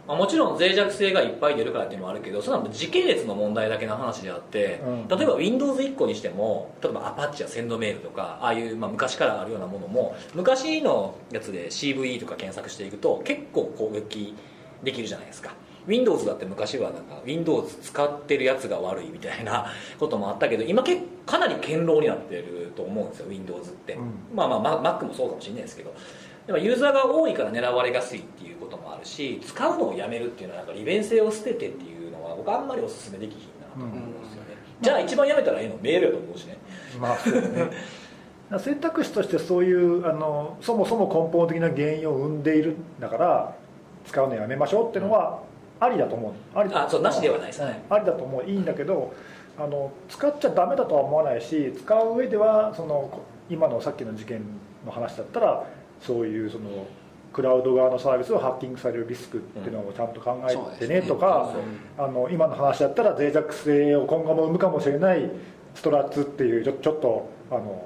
S1: まあ、もちろん脆弱性がいっぱい出るからっていうのもあるけどそれはもう時系列の問題だけの話であって、
S2: うん
S1: 例えば Windows1 個にしても例えばアパッチやセンドメールとかああいう、まあ、昔からあるようなものも昔のやつで CVE とか検索していくと結構攻撃できるじゃないですか Windows だって昔はなんか Windows 使ってるやつが悪いみたいな <laughs> こともあったけど今結構かなり堅牢になってると思うんですよ Windows って、
S2: うん
S1: まあまあま Mac もそうかもしれないですけどでもユーザーが多いから狙われやすいっていうこともあるし使うのをやめるっていうのはなんか利便性を捨ててっていうのは僕あんまりおすすめできひんなと思うんですよね、じゃあ一番やめたらいいのメールやと思うしね
S2: まあそうねだから <laughs> 選択肢としてそういうあのそもそも根本的な原因を生んでいるんだから使うのやめましょうっていうのはありだと思う、ありだと思
S1: あそうなしではないですね
S2: うんありだと思ういいんだけどあの使っちゃダメだとは思わないし使う上ではそのこ今のさっきの事件の話だったらそういうそのクラウド側のサービスをハッキングされるリスクっていうのをちゃんと考えてねとか、
S3: そうですね
S2: あの今の話だったら脆弱性を今後も生むかもしれないストラッツっていうちょちょっとあの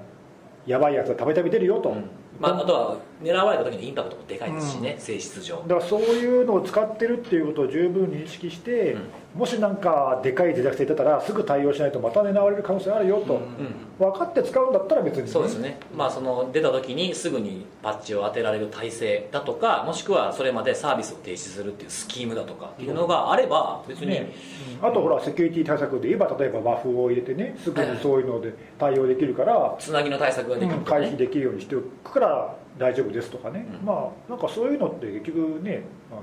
S2: やばいやつがたびたび出るよと、
S1: まあ、あとは狙われた時のインパクトもでかいですしね、
S2: うん
S1: 性質上
S2: だからそういうのを使ってるっていうことを十分認識して、もしなんかでかい脆弱性出たらすぐ対応しないとまた狙われる可能性あるよと、
S1: うん
S2: 分かって使うんだったら別に、
S1: そうですね、まあ、その出た時にすぐにパッチを当てられる体制だとかもしくはそれまでサービスを停止するっていうスキームだとかっていうのがあれば別に、
S2: ねあとほらセキュリティ対策で言えば例えばバフを入れてねすぐにそういうので対応できるから、
S1: つなぎの対策ができるとか
S2: 回避
S1: ね、
S2: できるようにしておくから大丈夫ですとかね、
S1: うん
S2: まあなんかそういうのって結局ねあの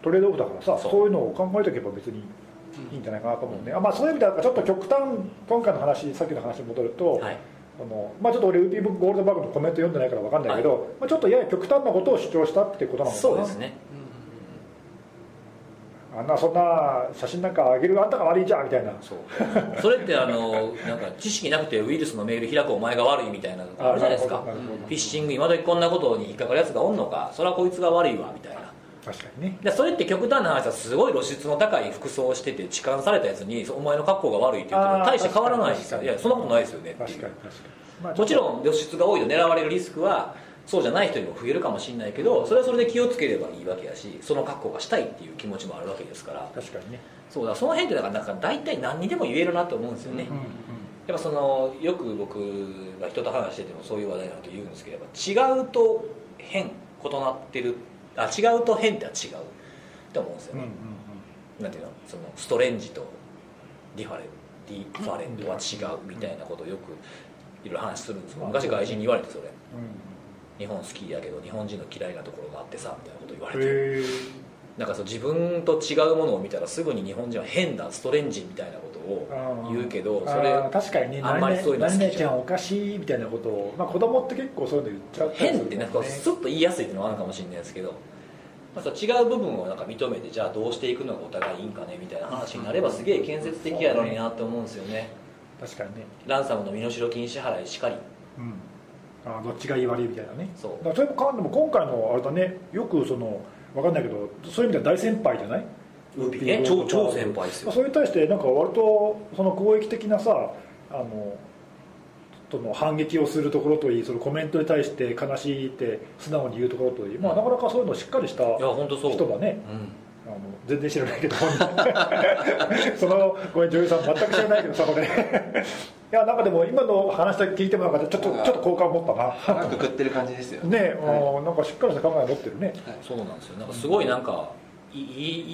S2: トレードオフだからさ
S1: そ
S2: そうういうのを考えとけば別にいいんじゃないかなと思うね、あまあそういう意味ではちょっと極端今回の話さっきの話に戻ると、
S1: はい、
S2: あのまあ、ちょっと俺ウーピーゴールドバーグのコメント読んでないから分かんないけど、まあ、ちょっとやや極端なことを主張したってことなのかな
S1: そうですね
S2: あんなそんな写真なんかあげるあんたが悪いじゃんみたいな
S1: そうそれってあのなんか知識なくてウイルスのメール開くお前が悪いみたいなのあるじゃないですか
S2: あなるほどなるほど
S1: フィッシング今時こんなことに引っかかるやつがおんのかそれはこいつが悪いわみたいな
S2: 確かにね
S1: でそれって極端な話はすごい露出の高い服装をしてて痴漢されたやつにお前の格好が悪いって言っても
S2: あー
S1: 大して変わらないです
S2: 確か
S1: よい
S2: に
S1: やそんなことないですよねって
S2: 確
S1: い
S2: か
S1: う
S2: に確かに、まあ
S1: もちろん露出が多いと狙われるリスクはそうじゃない人にも増えるかもしれないけどそれはそれで気をつければいいわけやしその格好がしたいっていう気持ちもあるわけですから
S2: 確かにね、
S1: そうだその辺ってだからなんか大体何にでも言えるなと思うんですよね、
S2: うんうん
S1: やっぱそのよく僕が人と話しててもそういう話題なこと言うんですけれど違うと変異なってるあ違うと変っては違うって思うんですよ
S2: うんう
S1: ね、
S2: んうん
S1: なんていうのそのストレンジとディファレディファレントは違うみたいなことをよくいろいろ話するんですけど昔外人に言われてそれ日本好きやけど日本人の嫌いなところがあってさみたいなこと言われて
S2: へえ
S1: なんかそう自分と違うものを見たらすぐに日本人は変だストレンジみたいなことを言うけど
S2: あー
S1: それ
S2: あー確かにね
S1: あんまりそういうの好
S2: 何
S1: きじゃん
S2: 々ちゃんおかしいみたいなことを、まあ、子供って結構そういうの言っちゃう
S1: 変ってなんかスッと言いやすいっていうのはあるかもしれないですけど、まあ、そう違う部分をなんか認めてじゃあどうしていくのがお互いいいんかねみたいな話になればすげえ建設的やのになって思うんですよね
S2: 確かにね、
S1: ランサムの身代金支払いしかり
S2: うん、あーどっちがいい悪いみたいなね
S1: そう
S2: だからそれもかんでも今回のあれだねよくその分かんないけどそういう意味では大先輩じゃない
S1: ウーピーね超超先輩ですよ
S2: それに対してなんか割とその攻撃的なさあのその反撃をするところといいそのコメントに対して悲しいって素直に言うところといい、まあ、なかなかそういうのをしっかりした
S1: いや本当そう
S2: 人だね
S1: うん
S2: あの全然知らないけどそのごめん女優さん全く知らないけどさこれ <laughs> いやなんかでも今の話だけ聞いてもなんかちょっとちょっと好感持ったな
S3: 腹くくってる感じですよ
S2: ねえ、うんなんかしっかりした考え持ってるね
S1: そうなんですよなんかすごいなんかいい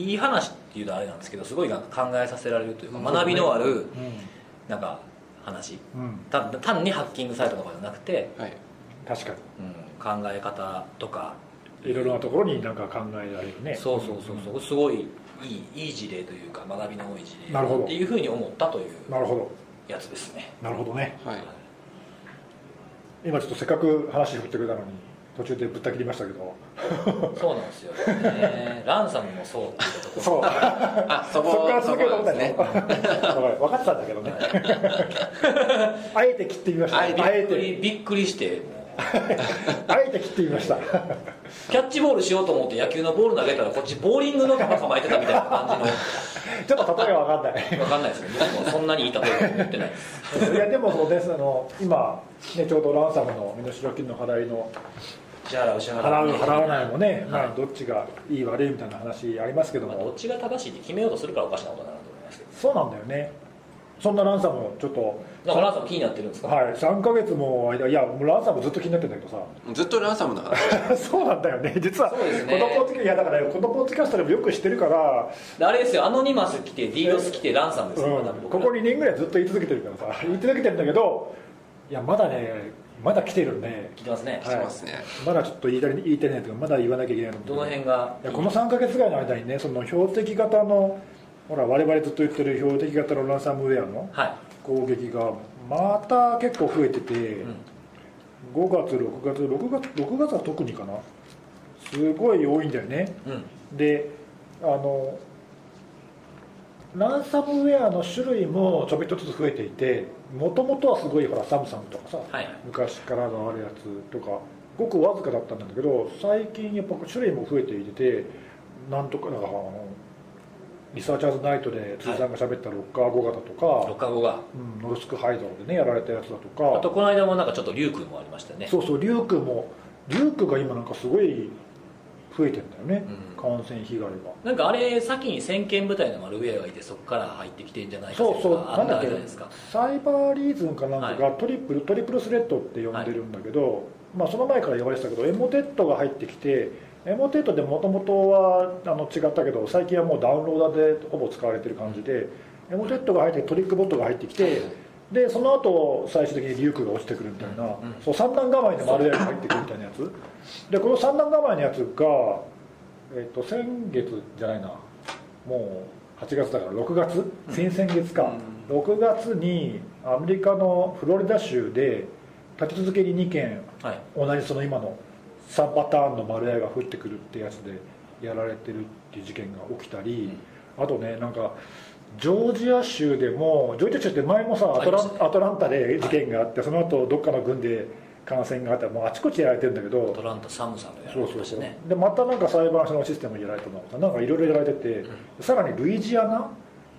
S1: いいい話っていうとあれなんですけどすごいなんか考えさせられるというか学びのあるなんか話
S2: うん、うん、
S1: 単単にハッキングされたとかじゃなくて、
S3: はい
S2: 確か
S1: うん、考え方とか
S2: にいろいろなところになんか考えられるね
S1: そうそうそうそうすごいいいいい事例というか学びの多い事例
S2: なるほど
S1: っていうふうに思ったという
S2: なるほど
S1: やつですね
S2: なるほどね
S3: はい
S2: 今ちょっとせっかく話振ってくれたのに途中でぶった切りましたけど
S1: そうなんですよ、ね、ランサムもそうっていうところ
S2: <laughs> そう
S3: あ
S2: そ
S3: そこ
S2: っから続けるとこ
S3: そこな
S2: だ
S3: ん
S2: よ
S3: です
S2: ね
S3: ね
S2: <laughs> 分かってたんだけどね <laughs> あえて切ってみました
S3: あえて
S2: あ
S1: び
S2: え
S1: っく
S2: て
S1: りびっくりしてもう
S2: あえて切ってみました <laughs>
S1: キャッチボールしようと思って野球のボール投げたらこっちボーリングの球構えてたみたいな感
S2: ちょっと例えが分かんな
S1: じ
S2: い
S1: の分かんないですけど僕もそんなにいい例えだと思ってないです
S2: いやでもそうですあの今、ね、ちょうどランサムの身代金の払いの
S1: 支払う支払う
S2: 払う払わないもね、
S1: はい
S2: まあ、どっちがいい悪いみたいな話ありますけど
S1: まあ、
S2: も、
S1: どっちが正しいって決めようとするからおかしなことになると思いますけ
S2: そうなんだよねそんなランサムをちょっと
S1: どなんかランサム気になってるんですか、
S2: はい、3か月も間いやもうランサムずっと気になってんだけどさ <laughs>
S3: ずっとランサムの話
S2: そうなんだよね実は
S1: そうです
S2: こ
S1: ね
S2: のポッドキャストいやだからこのポッドキャストでもよく知ってるから、
S1: であれですよアノニマス来てディーロス来てランサムですよ、まだ
S2: うん、
S1: 僕
S2: ここ2年ぐらいずっと言い続けてるからさ言い続けてるんだけどいやまだねまだ来てるんで
S1: 来てますね、
S3: してますね、
S2: まだちょっと言いたり言いたりないとかまだ言わなきゃいけないと思う
S1: どの辺が
S2: いやこの3か月ぐらいの間にねその標的型のほら我々ずっと言ってる標的型のランサムウェアの
S1: は
S2: 攻撃がまた結構増えてて、
S1: ん
S2: 5月6月6月6月は特にかなすごい多いんだよね
S1: うん
S2: であのランサムウェアの種類もちょびっとずつ増えていてもともとはすごいほらサムサムとかさ、
S1: はい
S2: 昔からのあるやつとかごくわずかだったんだけど最近やっぱ種類も増えていてなんとかなんかあのリサーチャーズナイトで辻さんが喋ったロッカー語型とか、
S1: 六カゴが
S2: うん、ノルスクハイドロでねやられたやつだと
S1: あ
S2: か
S1: とこの間もなんかちょっとリュウ君もありましたね
S2: そうそうリュウクもリュウクが今なんかすごい増えてんだよね、
S1: うん
S2: 感染被害が
S1: なんかあれ先に先見部隊のマルウェアがいてそこから入ってきてんじゃないか
S2: そうそう
S1: あ
S2: な
S1: っ
S2: ん
S1: た
S2: だ
S1: じゃ
S2: っけ
S1: ないですか
S2: サイバーリーズンかなんかがトリプル、トリプルスレッドって呼んでるんだけど、まあ、その前から呼ばれてたけどエモテッドが入ってきてエモテッドでもともとはあの違ったけど最近はもうダウンローダーでほぼ使われてる感じでエモテッドが入ってトリックボットが入ってきてでその後最終的にリュウクが落ちてくるみたいな、そう三段構えの丸いやつが入ってくるみたいなやつでこの三段構えのやつが、えっと先月じゃないなもう8月だから6月先々月か、6月にアメリカのフロリダ州で立て続けに2件
S1: はい
S2: 同じその今の3パターンの丸いが降ってくるってやつでやられてるっていう事件が起きたり、あとねなんかジョージア州でもジョージア州って前もさアトラン
S1: ありましたね
S2: アトランタで事件があって、その後どっかの軍で感染があってもうあちこちやられてるんだけど
S1: トランタサムさんがやら
S2: そ
S1: れ
S2: う
S1: て
S2: そ
S1: ま
S2: う
S1: し
S2: そ
S1: た
S2: う
S1: ね
S2: でまたなんか裁判所のシステムやられたのかななんかいろいろやられてて、さらにルイジアナ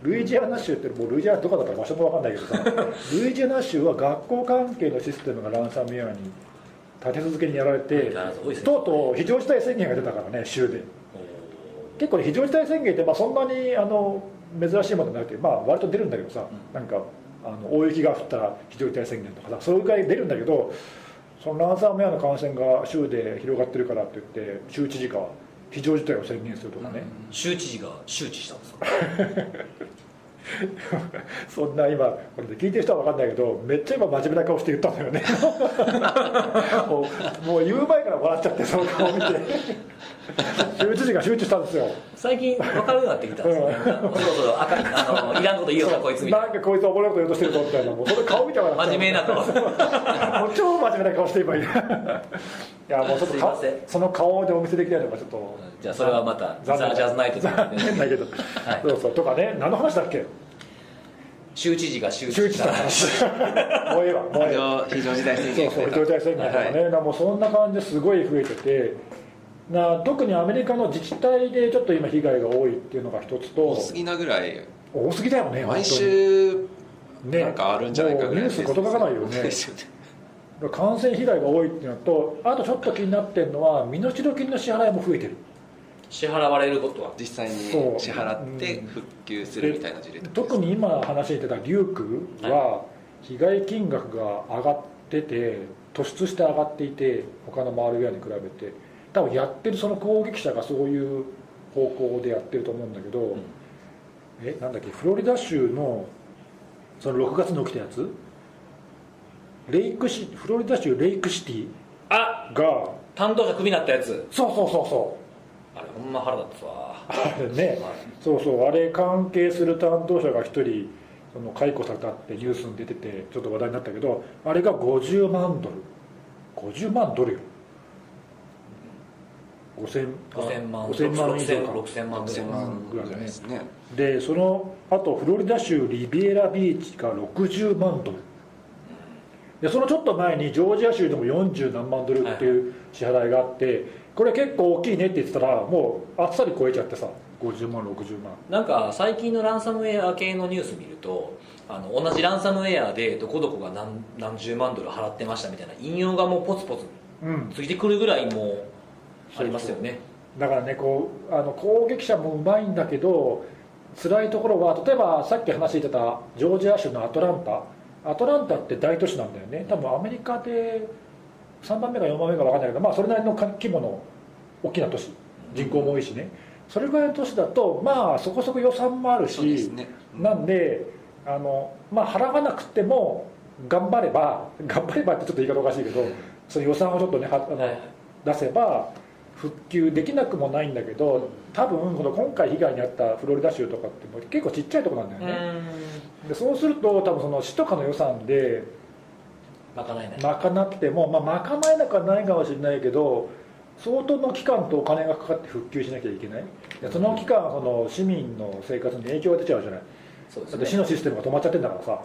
S2: ルイジアナ州ってもうルイジアナどこだったか場所も分かんないけ <laughs> どさルイジアナ州は学校関係のシステムがランサムウェアに立て続けにやられて
S1: 相変わらず多いですね
S2: とうとう非常事態宣言が出たからね州で結構ね非常事態宣言って、まあ、そんなにあの珍しいものじゃなくて、まあ、割と出るんだけどさ、なんかあの大雪が降ったら非常事態宣言とかさそういうぐらい出るんだけどそのランサムウェアの感染が州で広がってるからって言って州知事が非常事態を宣言するとかね、
S1: 州知事が周知したんですか
S2: そんな今これで聞いてる人は分かんないけどめっちゃ今真面目な顔して言ったんだ
S1: <laughs>
S2: よねもうもう言う前から笑っちゃってその顔見て州知事が集中したんですよ
S1: 最近分かるようになってきたんですよねそうそう赤いあのいらんこと言いようなこいつみたい
S2: なんかこいつおもろいこと言おうとしてるぞみたいなもうそれ顔見たから
S1: な真面目な顔
S2: もう超真面目な顔して今いるいやもうちょっとか
S1: すいません
S2: その顔でお見せできないのがちょっと
S1: じゃあそれはまた
S2: 残
S1: ザ・ジャズナイト
S2: 念
S1: で
S2: 残念だけど、
S1: い
S2: そうそうとかね何の話だっけ
S1: 州知事が周
S2: 周
S1: 知
S2: 知
S1: し
S2: さん
S1: た
S2: の話もうええわもうええわ
S3: 非常事態宣
S2: そ
S3: 言
S2: う
S3: が
S2: そう非常
S3: 出た
S2: 事態宣言とかね、
S3: はい
S2: なんかもうそんな感じですごい増えててな特にアメリカの自治体でちょっと今被害が多いっていうのが一つと
S3: 多すぎなぐらい
S2: 多すぎだよね
S3: 毎
S2: 本当に
S3: 週
S2: ね
S3: なんかあるんじゃないかぐら
S2: もうニ
S3: い
S2: ュース事欠かないよね
S3: ですよね
S2: 感染被害が多いっていうのとあとちょっと気になってるのは身代金の支払いも増えてる
S1: 支払われることは
S3: 実際に
S2: そう
S3: 支払って復旧するみたいな事例とか
S2: 特に今話してたリュウクは被害金額が上がってて突出して上がっていて他のマルウェアに比べて多分やってるその攻撃者がそういう方向でやってると思うんだけど、
S1: ん
S2: えなんだっけフロリダ州のその6月に起きたやつレイクシフロリダ州レイクシティ
S1: あ
S2: が
S1: 担当者クビになったやつ
S2: そうそうそうそう
S1: あれほんま腹立つわ
S2: あれね、そうそうあれ関係する担当者が1人その解雇されたってニュースに出ててちょっと話題になったけどあれが50万ドル50万ドルよ5000
S1: 5000万
S2: 5000万以上か
S1: 6000万ぐらい
S3: 1000万ぐらいですね
S2: でそのあとフロリダ州リビエラビーチが60万ドルでそのちょっと前にジョージア州でも40何万ドルっていう支払いがあって、これ結構大きいねって言ってたらもうあっさり超えちゃってさ50万60万
S1: なんか最近のランサムウェア系のニュース見るとあの同じランサムウェアでどこどこが何何十万ドル払ってましたみたいな引用がもうポツポツ
S2: うん
S1: ついてくるぐらいもうありますよね
S2: だからねこうあの攻撃者もうまいんだけど辛いところは例えばさっき話してたジョージア州のアトランタアトランタって大都市なんだよね多分アメリカで3番目か4番目か分かんないけど、まあ、それなりの規模の大きな都市人口も多いしねそれぐらいの都市だとまあそこそこ予算もある
S3: そうで
S2: し、
S3: すね
S2: なんであの、まあ、払わなくても頑張れば頑張ればってちょっと言い方おかしいけどその予算をちょっとねはあの
S1: はい
S2: 出せば復旧できなくもないんだけど多分この今回被害に遭ったフロリダ州とかってもう結構ちっちゃいとこなんだよ
S1: う
S2: ね、
S1: ん
S2: でそうすると多分その市とかの予算で
S1: まかないね
S2: 賄っても、まあ、賄えなくはないかもしれないけど相当の期間とお金がかかって復旧しなきゃいけないでその期間はその市民の生活に影響が出ちゃうじゃない
S1: そう
S2: だって
S1: で
S2: 市
S1: すね
S2: のシステムが止まっちゃってんだからさ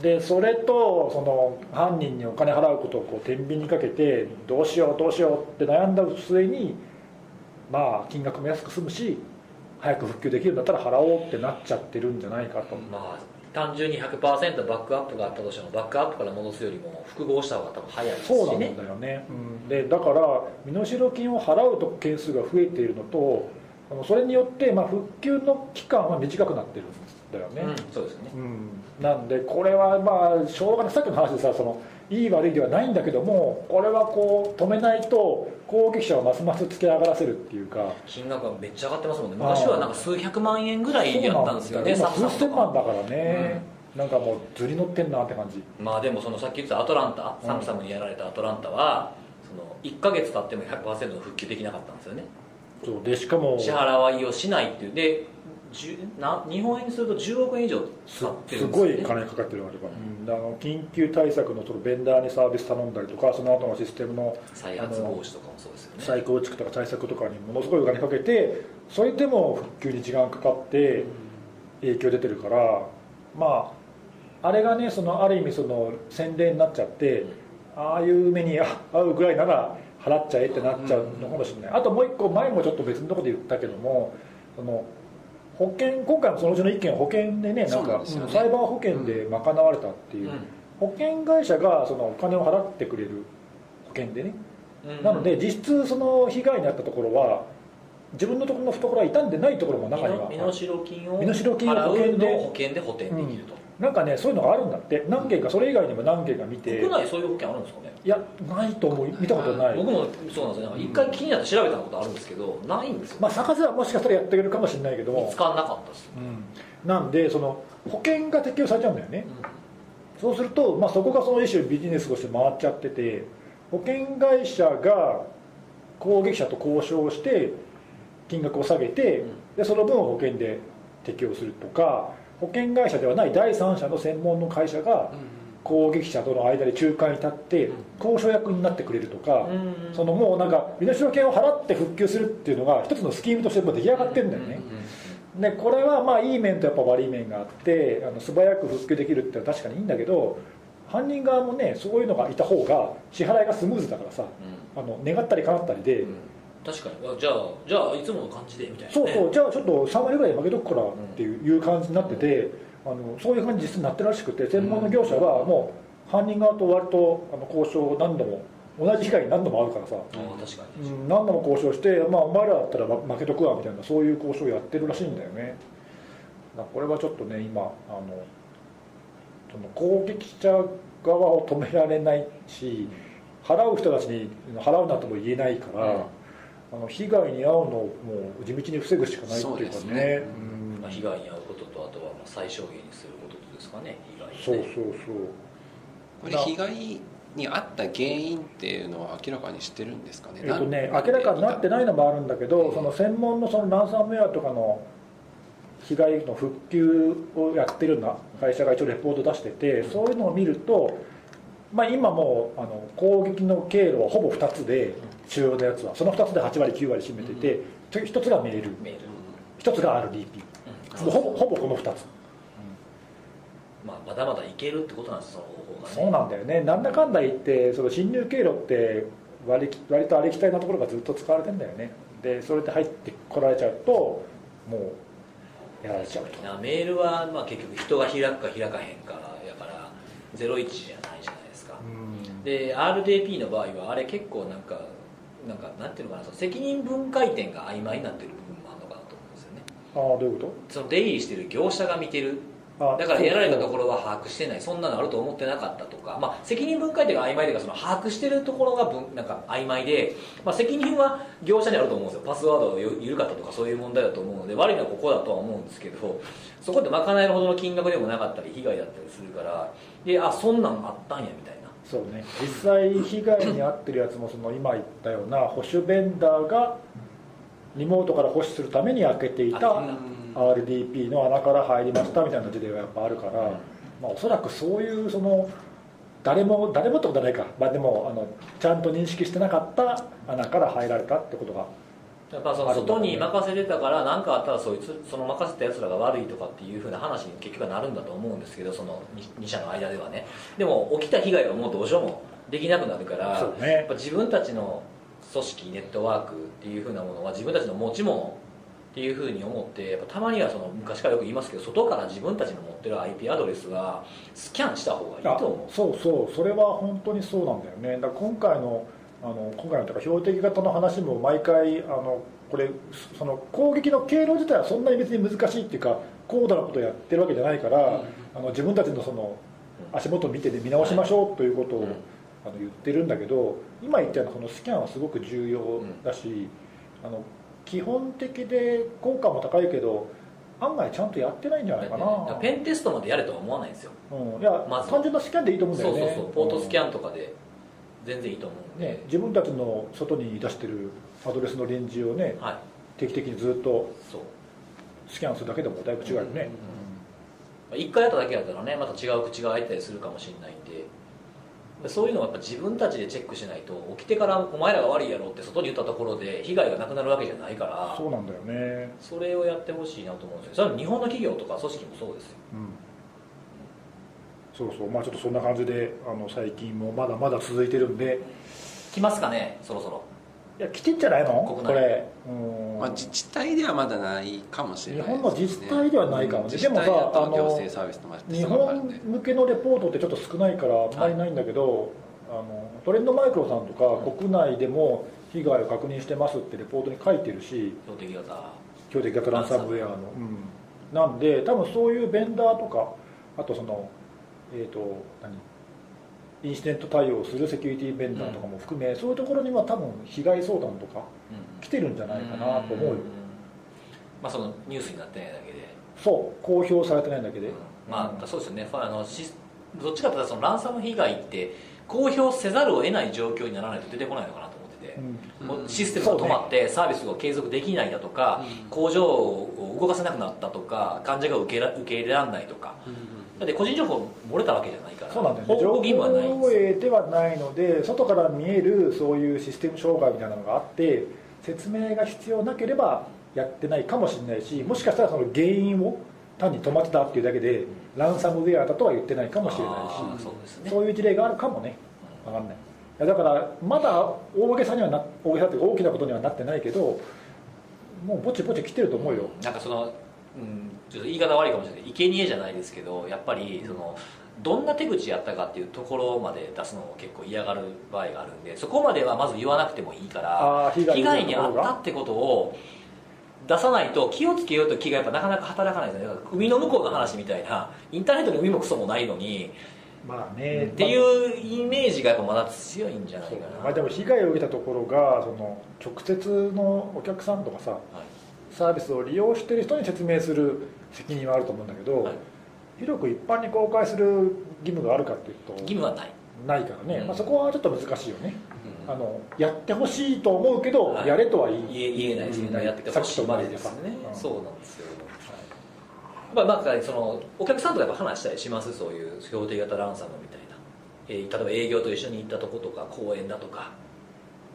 S2: でそれとその犯人にお金払うことをこう天秤にかけてどうしようどうしようって悩んだ末にまあ金額も安く済むし早く復旧できるんだったら払おうってなっちゃってるんじゃないかと、
S1: まあ単純に100%バックアップがあったとしてもバックアップから戻すよりも複合した方が多分早いですしね
S2: そうなんだよね、うんでだから身代金を払うと件数が増えているのとあのそれによってまあ復旧の期間は短くなってるんだよね、
S1: うん、そうですね
S2: うん、なんでこれはまあしょうがないさっきの話でさそのいい悪いではないんだけどもこれはこう止めないと攻撃者をますます突き上がらせるっていうか
S1: 金額がめっちゃ上がってますもんね昔はなんか数百万円ぐらいやったんですよね
S2: そう
S1: サ
S2: なんだ
S1: フさんと
S2: よ数千万
S1: か
S2: だからね、なんかもうずり乗ってんなって感じ
S1: まあでもそのさっき言ってたアトランタ
S2: うん
S1: サムサムにやられたアトランタはその1か月経っても100%の復旧できなかったんですよね
S2: そうでしかも
S1: 支払いをしないっていうで10な日本円にすると10億円以上
S2: す
S1: 使ってる
S2: す
S1: んです
S2: ご
S1: よ、ね、
S2: い金かかってるあれば、うんあの緊急対策のそのベンダーにサービス頼んだりとかその後のシステムの
S1: 再発防止とかもそうですよね
S2: 再構築とか対策とかにものすごいお金かけてそれでも復旧に時間かかって影響出てるからまああれがねそのある意味その洗礼になっちゃってああいう目にあ遭うぐらいなら払っちゃえってなっちゃうのかもしれないあともう一個前もちょっと別のところで言ったけどもその保険今回もそのうちの一件保険でねなん
S3: そうな
S2: か
S3: んですよね
S2: うんサイバー保険で賄われたっていう、保険会社がそのお金を払ってくれる保険でね
S1: うんうん
S2: なので実質その被害に遭ったところは自分のところの懐は傷んでないところも
S1: 身
S2: 中には
S1: の身代金を
S2: 身代金を
S1: 払
S2: 保険
S1: う
S2: で
S1: のを保険で補填できると、
S2: なんかねそういうのがあるんだって何件かそれ以外にも何件か見て
S1: 国内そういう保険あるんですかね
S2: いやないと思う見たことない
S1: 僕もそうなんですよなんか一回気になって調べたことあるんですけどないんですよ、
S2: まあ探せばもしかしたらやってくれるかもしれないけど
S1: 見
S2: も
S1: つ、かんなかったです、
S2: うん、なんでその保険が適用されちゃうんだよね
S1: うん
S2: そうすると、まあ、そこがその一種ビジネスとして回っちゃってて保険会社が攻撃者と交渉をして金額を下げて
S1: うん
S2: でその分を保険で適用するとか保険会社ではない第三者の専門の会社が攻撃者との間で仲介に立って
S1: うん
S2: 交渉役になってくれるとかそのもうなんか身代金を払って復旧するっていうのが一つのスキームとしてもう出来上がってるんだよね。でこれはまあいい面とやっぱ悪い面があってあの素早く復旧できるってのは確かにいいんだけど犯人側もねそういうのがいた方が支払いがスムーズだからさあの願ったり叶ったりで、
S1: うん確かにあじゃあじゃあいつもの感じでみたいな、ね、
S2: そうそうじゃあちょっと3割ぐらい負けとくからっていう,、いう感じになっててあのそういう感じに実際になってるらしくて専門の業者はもう犯人側と割とあの交渉を何度も同じ被害に何度もあるからさ、
S1: あー確か
S2: う
S1: に、
S2: ん、何度も交渉して、まあ、お前らだったらま負けとくわみたいなそういう交渉をやってるらしいんだよねだからこれはちょっとね今あのその攻撃者側を止められないし払う人たちに払うなとも言えないから、
S1: うん
S2: あの被害に遭うのをもう地道に防ぐしかないっていうか
S3: そうです
S2: ね
S3: ね
S2: うん
S1: まあ、被害に遭うこととあとはまあ最小限にすることとですかね被害をね
S2: そうそうそう
S3: これ被害にあった原因っていうのは明らかにしてるんですかね。
S2: えっとね、
S3: なん
S2: 明らかになってないのもあるんだけ
S3: う
S2: ど、
S3: ん
S2: その専門のそのランサムウェアとかの被害の復旧をやってるような会社が一応レポート出してて、そういうのを見ると、まあ、今もうあの攻撃の経路はほぼ2つで、主要なやつは、その2つで8割、9割占めてて、1つがメール、
S1: メール、
S2: 1つが RDP、
S1: うん
S2: ほぼほぼこの2つ。
S1: まあ、まだまだいけるってことなんですその方法がね
S2: そうなんだよねなんだかんだ言ってその侵入経路って割り割とありきたりなところがずっと使われてんだよねでそれで入ってこられちゃうともうやられちゃうと
S1: なメールはまあ結局人が開くか開かへんかやから01じゃないじゃないですか、で RDP の場合はあれ結構なんかなんかなんていうのかなその責任分解点が曖昧になってる部分もあるのかなと思うんですよね
S2: ああどういうこ
S1: その出入りしてる業者が見てる
S2: とあ
S1: だからやられたと
S2: そう
S1: ころは把握してないそんなのあると思ってなかったとか、まあ、責任分解点が曖昧というかその把握してるところが分なんか曖昧で、まあ、責任は業者にあると思うんですよパスワードがゆ緩かったとかそういう問題だと思うので悪いのはここだとは思うんですけどそこで賄えるほどの金額でもなかったり被害だったりするからであそんなんあったんやみたいな
S2: そうね実際被害に遭ってるやつもその今言ったような保守ベンダーがリモートから保守するために開けてい
S1: あ
S2: た
S1: うん
S2: RDP の穴から入りましたみたいな事例はやっぱあるから、まあ、おそらくそういうその誰も誰もってことはないか、まあ、でもあのちゃんと認識してなかった穴から入られたってことが
S1: やっぱその外に任せてたから何かあったらそいつその任せたやつらが悪いとかっていうふうな話に結局はなるんだと思うんですけどその 2, 社の間ではねでも起きた被害はもうどうしようもできなくなるから、
S2: そう
S1: やっ
S2: ね
S1: ぱ自分たちの組織ネットワークっていうふうなものは自分たちの持ち物っていうふうに思ってやっぱたまにはその昔からよく言いますけど外から自分たちの持ってる IP アドレスはスキャンした方がいい
S2: あ
S1: と思う
S2: そうそうそれは本当にそうなんだよねだから今回のあの今回のとか標的型の話も毎回あのこれそその攻撃の経路自体はそんなに別に難しいっていうか高度なことをやってるわけじゃないから、あの自分たちのその足元を見て、ね、見直しましょうということを、
S1: うん
S2: あの言ってるんだけど今言ったようなそのスキャンはすごく重要だし、あの基本的で効果も高いけど案外ちゃんとやってないんじゃないかな、
S1: だからペンテストまでやれとは思わないんですよ
S2: うん、いや、
S1: まず
S2: 単純なスキャンでいいと思うんだ
S1: そ
S2: よ
S1: う
S2: ね
S1: そうそうポートスキ
S2: ン、
S1: ャンとかで全然いいと思うんで、
S2: ね、自分たちの外に出してるアドレスのレンジをね
S1: はい
S2: 定期的にずっと
S1: そう
S2: スキャンするだけでもだいぶ違うよね、
S1: まあ一回やっただけやったらねまた違う口が開いたりするかもしれないんででそういうのはやっぱ自分たちでチェックしないと起きてからお前らが悪いやろって外に言ったところで被害がなくなるわけじゃないから
S2: そうなんだよね、
S1: それをやってほしいなと思うんですよそれは日本の企業とか組織もそうですよ
S2: うん、そうそうまあちょっとそんな感じであの最近もまだまだ続いてるんで
S1: 来ますかねそろそろ
S2: いや来てんじゃないの
S1: 国内
S2: これうん
S3: まあ、自治体ではまだないかもしれない
S2: 日本の自治体ではないかもね
S3: うん
S2: でもさ
S3: 自治体だと
S2: あの
S3: 行政サービスとか
S2: 日
S3: ある
S2: 本
S3: んで
S2: 向けのレポートってちょっと少ないからあんまりないんだけど、あのトレンドマイクロさんとか国内でも被害を確認してますってレポートに書いてるし
S1: 標的型
S2: 標的型ランサムウェアの、うんなんで多分そういうベンダーとかあとそのえっ、と何インシデント対応するセキュリティベンダーとかも含め、そういうところには多分被害相談とか来てるんじゃないかなと思うよ、
S1: んまあそのニュースになってないだけで
S2: そう公表されてないんだけで、
S1: ま
S2: う
S1: あ、
S2: ん
S1: そうですよね、ファあのシスどっちかというとそのランサム被害って公表せざるを得ない状況にならないと出てこないのかなと思ってて
S2: う、ん
S1: もう
S3: うん
S1: システムが止まってサービスが継続できないだとか、
S3: うん
S1: 工場を動かせなくなったとか患者が受けら受け入れられないとかだって個人情報漏れたわけじゃないから
S2: そうなんだよね
S1: 報告義務はないんですよ
S2: 情報漏洩ではないので外から見えるそういうシステム障害みたいなのがあって説明が必要なければやってないかもしれないしもしかしたらその原因を単に止まってたっていうだけでランサムウェアだとは言ってないかもしれ
S1: あ
S2: な
S1: ー
S2: いし
S1: そうですね
S2: そういう事例があるかもね分かんないいやだからまだ大げさにはな大げさっていうか大きなことにはなってないけどもうぼちぼち来てると思うよ、
S1: なんかその、うん、ちょっと言い方悪いかもしれない生贄じゃないですけどやっぱりそのどんな手口やったかっていうところまで出すのを結構嫌がる場合があるんでそこまではまず言わなくてもいいから
S2: あー被
S1: 被害
S2: 害
S1: に
S2: に
S1: 遭
S2: 遭
S1: っ
S2: ったた
S1: ってことを出さないと気をつけようという気がやっぱなかなか働かないですねだから海の向こうの話みたいなインターネットに海もクソもないのに、
S2: まあね
S1: っていうイメージがやっぱまだ強いんじゃない
S2: そう
S1: かな、
S2: まあ、でも被害を受けたところがその直接のお客さんとかさ
S1: はい
S2: サービスを利用している人に説明する責任はあると思うんだけど、
S1: はい
S2: 広く一般に公開する義務があるかっていうと
S1: 義務はない、
S2: ないからね、
S1: うん
S2: まあ、そこはちょっと難しいよね、
S1: うん
S2: あのやってほしいと思うけど、
S1: はい
S2: やれとは言い
S1: 言え言えないですけど、
S2: うん
S1: やってほしいまでです
S2: さっきと
S1: ね
S2: 同じ、でさうん
S1: そうなんですよ、まあ、なんかそのお客さんとやっぱ話したりしますそういう標定型ランサムみたいな、えー例えば営業と一緒に行ったとことか公演だとか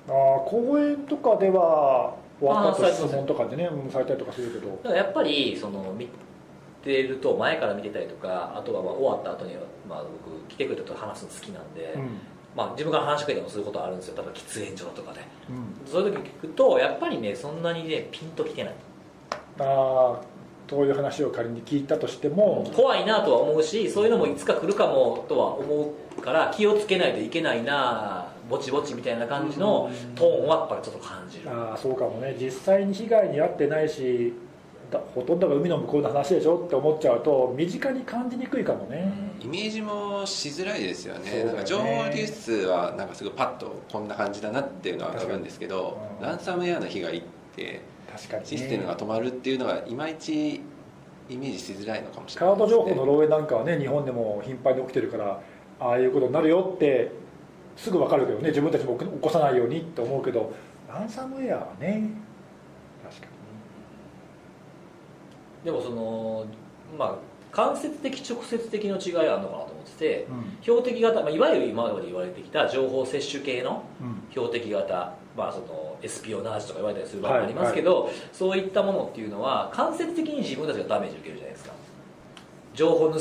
S2: あー講演とかでは終わった
S1: あーそう
S2: 後
S1: そう
S2: 質問とかでねうんされたりとかするけど
S1: だからやっぱりその見てると前から見てたりとかあとはまあ終わった後にはまあ僕来てくれた人と話すの好きなんで、
S2: うん
S1: まあ、自分から話しかけてもすることはあるんですよ例えば喫煙所とかで
S2: うん
S1: そういう時聞くとやっぱりねそんなにねピンときてない
S2: あーそういう話を仮に聞いたとしても、
S1: 怖いなとは思うしそういうのもいつか来るかもとは思うから気をつけないといけないなぼちぼちみたいな感じのトーンはやっぱりちょっと感じる
S2: ああそうかもね実際に被害に遭ってないしだほとんどが海の向こうの話でしょって思っちゃうと身近に感じにくいかもね、
S3: イメージもしづらいですよ
S2: そ
S3: ね
S2: うだよね
S3: なんか情報流出はなんかすごいパッとこんな感じだなっていうのは浮かぶんですけど
S2: 確か、にうん
S3: ランサムウェアの被害って
S2: 確かに、ね、
S3: システムが止まるっていうのがいまいちイメージしづらいのかもしれ
S2: カ
S3: ない
S2: ー
S3: です、ね、
S2: ド情報の漏洩なんかはね日本でも頻繁に起きてるからああいうことになるよってすぐ分かるけどね自分たちも起こさないようにって思うけどランサムウェアはね確か
S1: でもそのまあ間接的直接的の違いはあるのかなと思ってて
S2: に、
S1: 標的型、まあ、いわゆる今まで言われてきた情報摂取系の標的型、まあ、そのエスピオナージュとか言われたりする場合もありますけど、そういったものっていうのは間接的に自分たちがダメージを受けるじゃないですか情報盗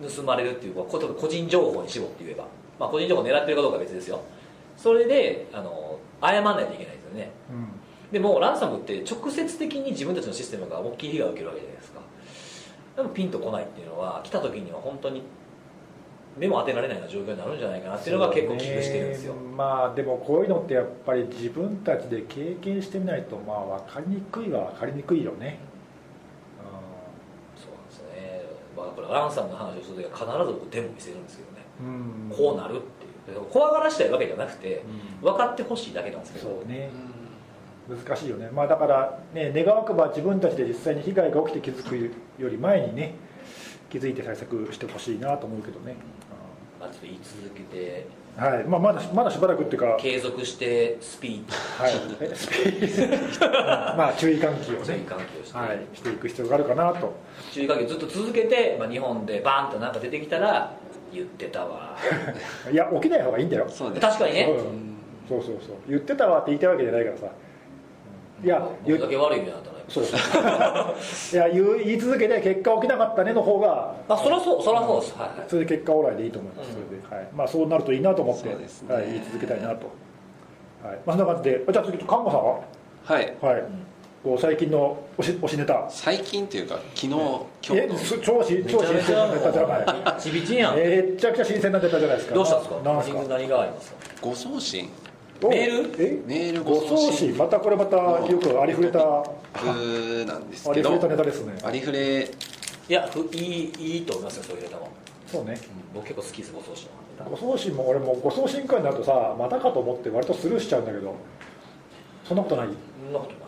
S1: め盗まれるっていうこと個人情報に絞って言えば、まあ、個人情報を狙ってるかどうかは別ですよそれであの謝らないといけないですよね
S2: うんうん
S1: でもランサムって直接的に自分たちのシステムが大きい被害を受けるわけじゃないですかでもピンとこないっていうのは来た時には本当に目も当てられないような状況になるんじゃないかなっていうのが結構危惧してるんですよ、
S2: そうねまあでもこういうのってやっぱり自分たちで経験してみないとまあ分かりにくいは分かりにくいよね、
S1: そうなんですね、まあ、これランさんの話をするときは必ず僕デモ見せるんですけどね、
S2: うん
S1: こうなるっていう怖がらしたいわけじゃなくて
S2: う
S1: 分かってほしいだけなんです
S2: ん
S1: け
S2: そ
S1: ど
S2: うね
S3: う
S2: 難しいよねまあだからね願わくば自分たちで実際に被害が起きて気づくより前にね気づいて対策してほしいなと思うけどね、
S1: まあ、ちょっと言い続けて
S2: うんはいまあ、まだまだしばらくっていうか、はい、
S1: 継続してスピード
S2: えスピ
S1: <laughs>
S2: ードまあ注意喚起を
S1: 注意
S2: ね、
S1: 喚起をして、
S2: はい、していく必要があるかなと
S1: 注意喚起をずっと続けて、まあ、日本でバーンとなんか出てきたら言ってたわ
S2: いや起きない方がいいんだよ
S3: んそうです
S1: 確かにね、
S2: うんそうそうそう言ってたわって言いたいわけじゃないからさいや
S1: 言
S2: 言
S1: うだけ悪い目になったのよ
S2: そうそういや言う言い続けて結果起きなかったねの方が
S1: あそりゃそうそりゃそうです、はいはい
S2: それで結果オーライでいいと思います、
S1: うん
S2: それで、はいまあ、そうなるといいなと思って、
S3: そうですね
S2: はい、言い続けたいなと、はいまあ、そんな感じでじゃあ次看護さんは、
S3: はい
S2: はいこう最近の推し推しネタ
S3: 最近というか昨日今日
S2: え
S3: の
S2: す超し
S1: めち
S2: 超
S1: ゃ
S2: 新
S1: めち
S2: 鮮
S1: ゃ
S2: な
S1: も
S2: ネタじゃないう
S1: ちびちんやん、
S2: めっちゃくちゃ新鮮なネタじゃないですか
S1: どうしたんですか
S2: ななんす
S1: リ
S2: か
S1: ング何がありますか
S3: 誤送信
S2: お
S1: メー
S2: え
S3: メール
S2: 誤送信またこれまたよくありふれたあ
S3: 僕なんですけ
S2: りふ
S3: ど
S2: れたネタですね
S3: ありふれ
S1: いやふいいいいと思いますよそういうネタも
S2: そうね
S1: 僕結構好きですご送信の
S2: 誤送信も俺も誤送信会になるとさまたかと思って割とスルーしちゃうんだけどそんなことない
S1: そんなことない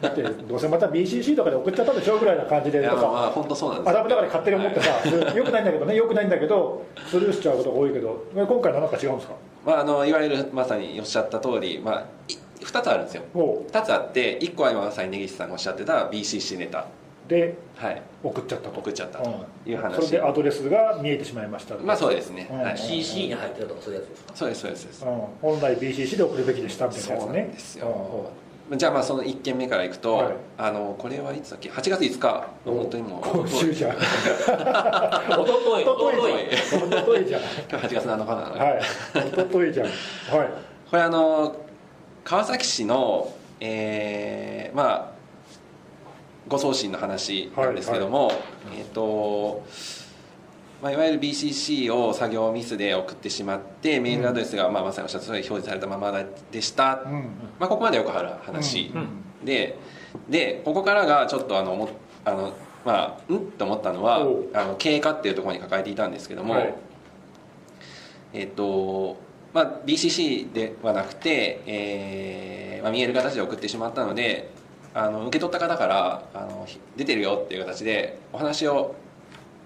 S2: だってどうせまた BCC とかで送っちゃったでしょぐらいな感じ
S3: い
S2: で
S3: や
S2: と
S3: まあまあ
S2: か
S3: 本当そうなんです
S2: アダムだから勝手に思ってさよくないんだけどねよくないんだけどスルーしちゃうことが多いけど今回のなんか違うんですか
S3: まああのいわゆるまさにおっしゃった通りまあい二つあるんですよ
S2: も
S3: 二つあって一個は今まさに根岸さんがおっしゃってた BCC ネタ
S2: うで
S3: はい
S2: 送っちゃったと
S3: 送っちゃった
S2: うん
S3: という話
S2: それでアドレスが見えてしまいました
S3: まあそうですね、
S2: うん
S3: はい
S1: CC に入ってるとかそういうやつですか
S3: そうですそうですそうです
S2: うん本来 BCC で送るべきでしたみたいな
S3: そう
S2: やつ
S3: なん
S2: ね
S3: ですよ、じゃあまあその1件目からいくと、
S2: はい
S3: あのこれはいつだっけ8月5日
S2: うんうん
S3: 本当にもう
S2: 今週じゃん一
S1: <laughs> おとといお
S3: <laughs>
S1: とと
S2: 昨
S1: い
S3: 日
S2: 昨日じゃん
S3: 今日8月7日なのかな、
S2: はい一昨日じゃんはい
S3: これあの川崎市のえーまあ誤送信の話なんですけども、えっ、とまあ、いわゆる BCC を作業ミスで送ってしまってメールアドレスが、まあ、まさにおっしゃった通り表示されたままでした、
S2: うん
S3: まあ、ここまでよくある話、
S2: うん
S3: ででここからがちょっとあの思っあのまあうんと思ったのは
S2: おう
S3: あの経過っていうところに抱えていたんですけども、
S2: はい
S3: えっとまあ BCC ではなくて、えーまあ、見える形で送ってしまったのであの受け取った方からあのひ出てるよっていう形でお話を、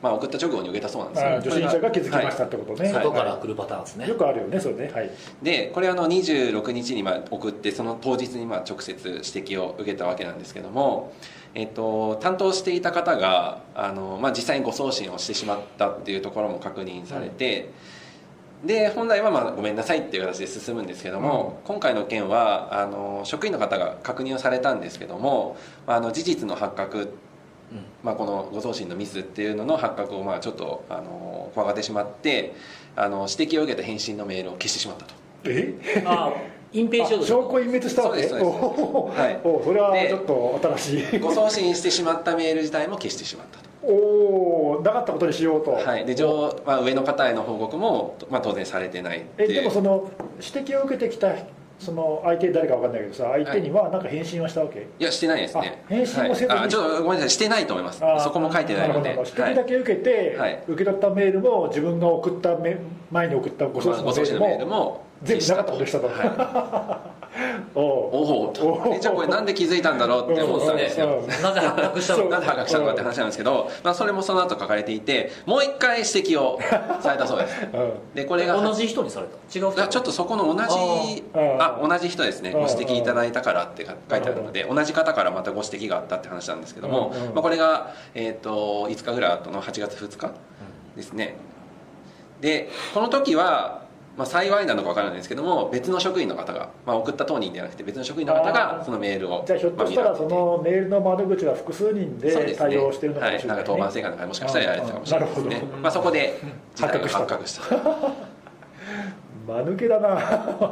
S3: まあ、送った直後に受けたそうなんですよ
S2: あ女子者が気づきました
S3: はい
S2: ってことね
S1: 外から来るパターンですね、
S2: よくあるよねそれねはい
S3: でこれあの26日にまあ送ってその当日にまあ直接指摘を受けたわけなんですけども、えっと、担当していた方があの、まあ、実際に誤送信をしてしまったっていうところも確認されて、で本来はまあごめんなさいっていう形で進むんですけども、今回の件はあの職員の方が確認をされたんですけども、まあ、あの事実の発覚
S1: うん
S3: まあ、この誤送信のミスっていうのの発覚をまあちょっとあの怖がってしまってあの指摘を受けた返信のメールを消してしまったと
S2: え
S1: あ隠蔽しよう
S2: あ
S1: と
S2: 証拠隠滅したわけ
S3: そうですそうです
S2: おー
S3: はい
S2: おーそれは
S3: で
S2: ちょっと新しい
S3: 誤送信してしまったメール自体も消してしまったと、
S2: おおなかったことにしようと
S3: はいで上まあ、上の方への報告も、まあ、当然されてないって
S2: え
S3: いう
S2: でもその指摘を受けてきたその相手誰かわかんないけどさ相手にはなんか返信はしたわけ、
S3: いやしてないですね
S2: あ返信もせずに
S3: はい、あちょっとごめんなさいしてないと思います
S2: あー
S3: そこも書いてないので
S2: るほど指摘だ
S3: はい
S2: け受けて、
S3: はい
S2: 受け取ったメールも自分が送っため前に送ったご送
S3: まあ
S2: 信
S3: 誤
S2: の
S3: 送信の
S2: メ
S3: メ
S2: ー
S3: ー
S2: ル
S3: ル
S2: も
S3: も
S2: 全部なかったことにしたと
S3: はい
S2: <laughs> おう
S3: おお
S2: おお
S3: えじゃあこれなんで気づいたんだろうって思ったんですよ
S2: うん
S1: なぜ発覚したのか
S3: なんで発覚したのかって話なんですけど、まあ、それもその後書かれていてもう一回指摘をされたそうです
S2: う
S3: でこ
S1: こ
S3: れ
S1: れ
S3: が
S1: 同じ人にされた違う
S3: いやちょっとそこの同じ
S2: あー
S3: あ同じ人ですね
S2: うん
S3: ご指摘いただいたからって書いてあるので同じ方からまたご指摘があったって話なんですけども、
S2: うんうん
S3: まあ、これが、えー、と5日ぐらい後の8月2日ですねでこの時は、まあ、幸いなのか分からないですけども別の職員の方が、まあ、送った当人ではなくて別の職員の方
S2: あ
S3: が
S2: ー
S3: そのメールを
S2: んじゃあひょっとした
S3: ま
S2: ら
S3: あ見て
S2: そのメールの窓口が複数人
S3: そうで
S2: です
S3: ね
S2: 対応してるのかもしれない、
S3: はい、なんか当番制限とかもしかしたらやられてたかもしれないで
S2: あ
S3: す
S2: ーな
S3: ね
S2: るほど
S3: まあ、そこで事態が
S2: 発
S3: 発
S2: 覚
S3: 覚した
S2: 間抜けだな <laughs> 間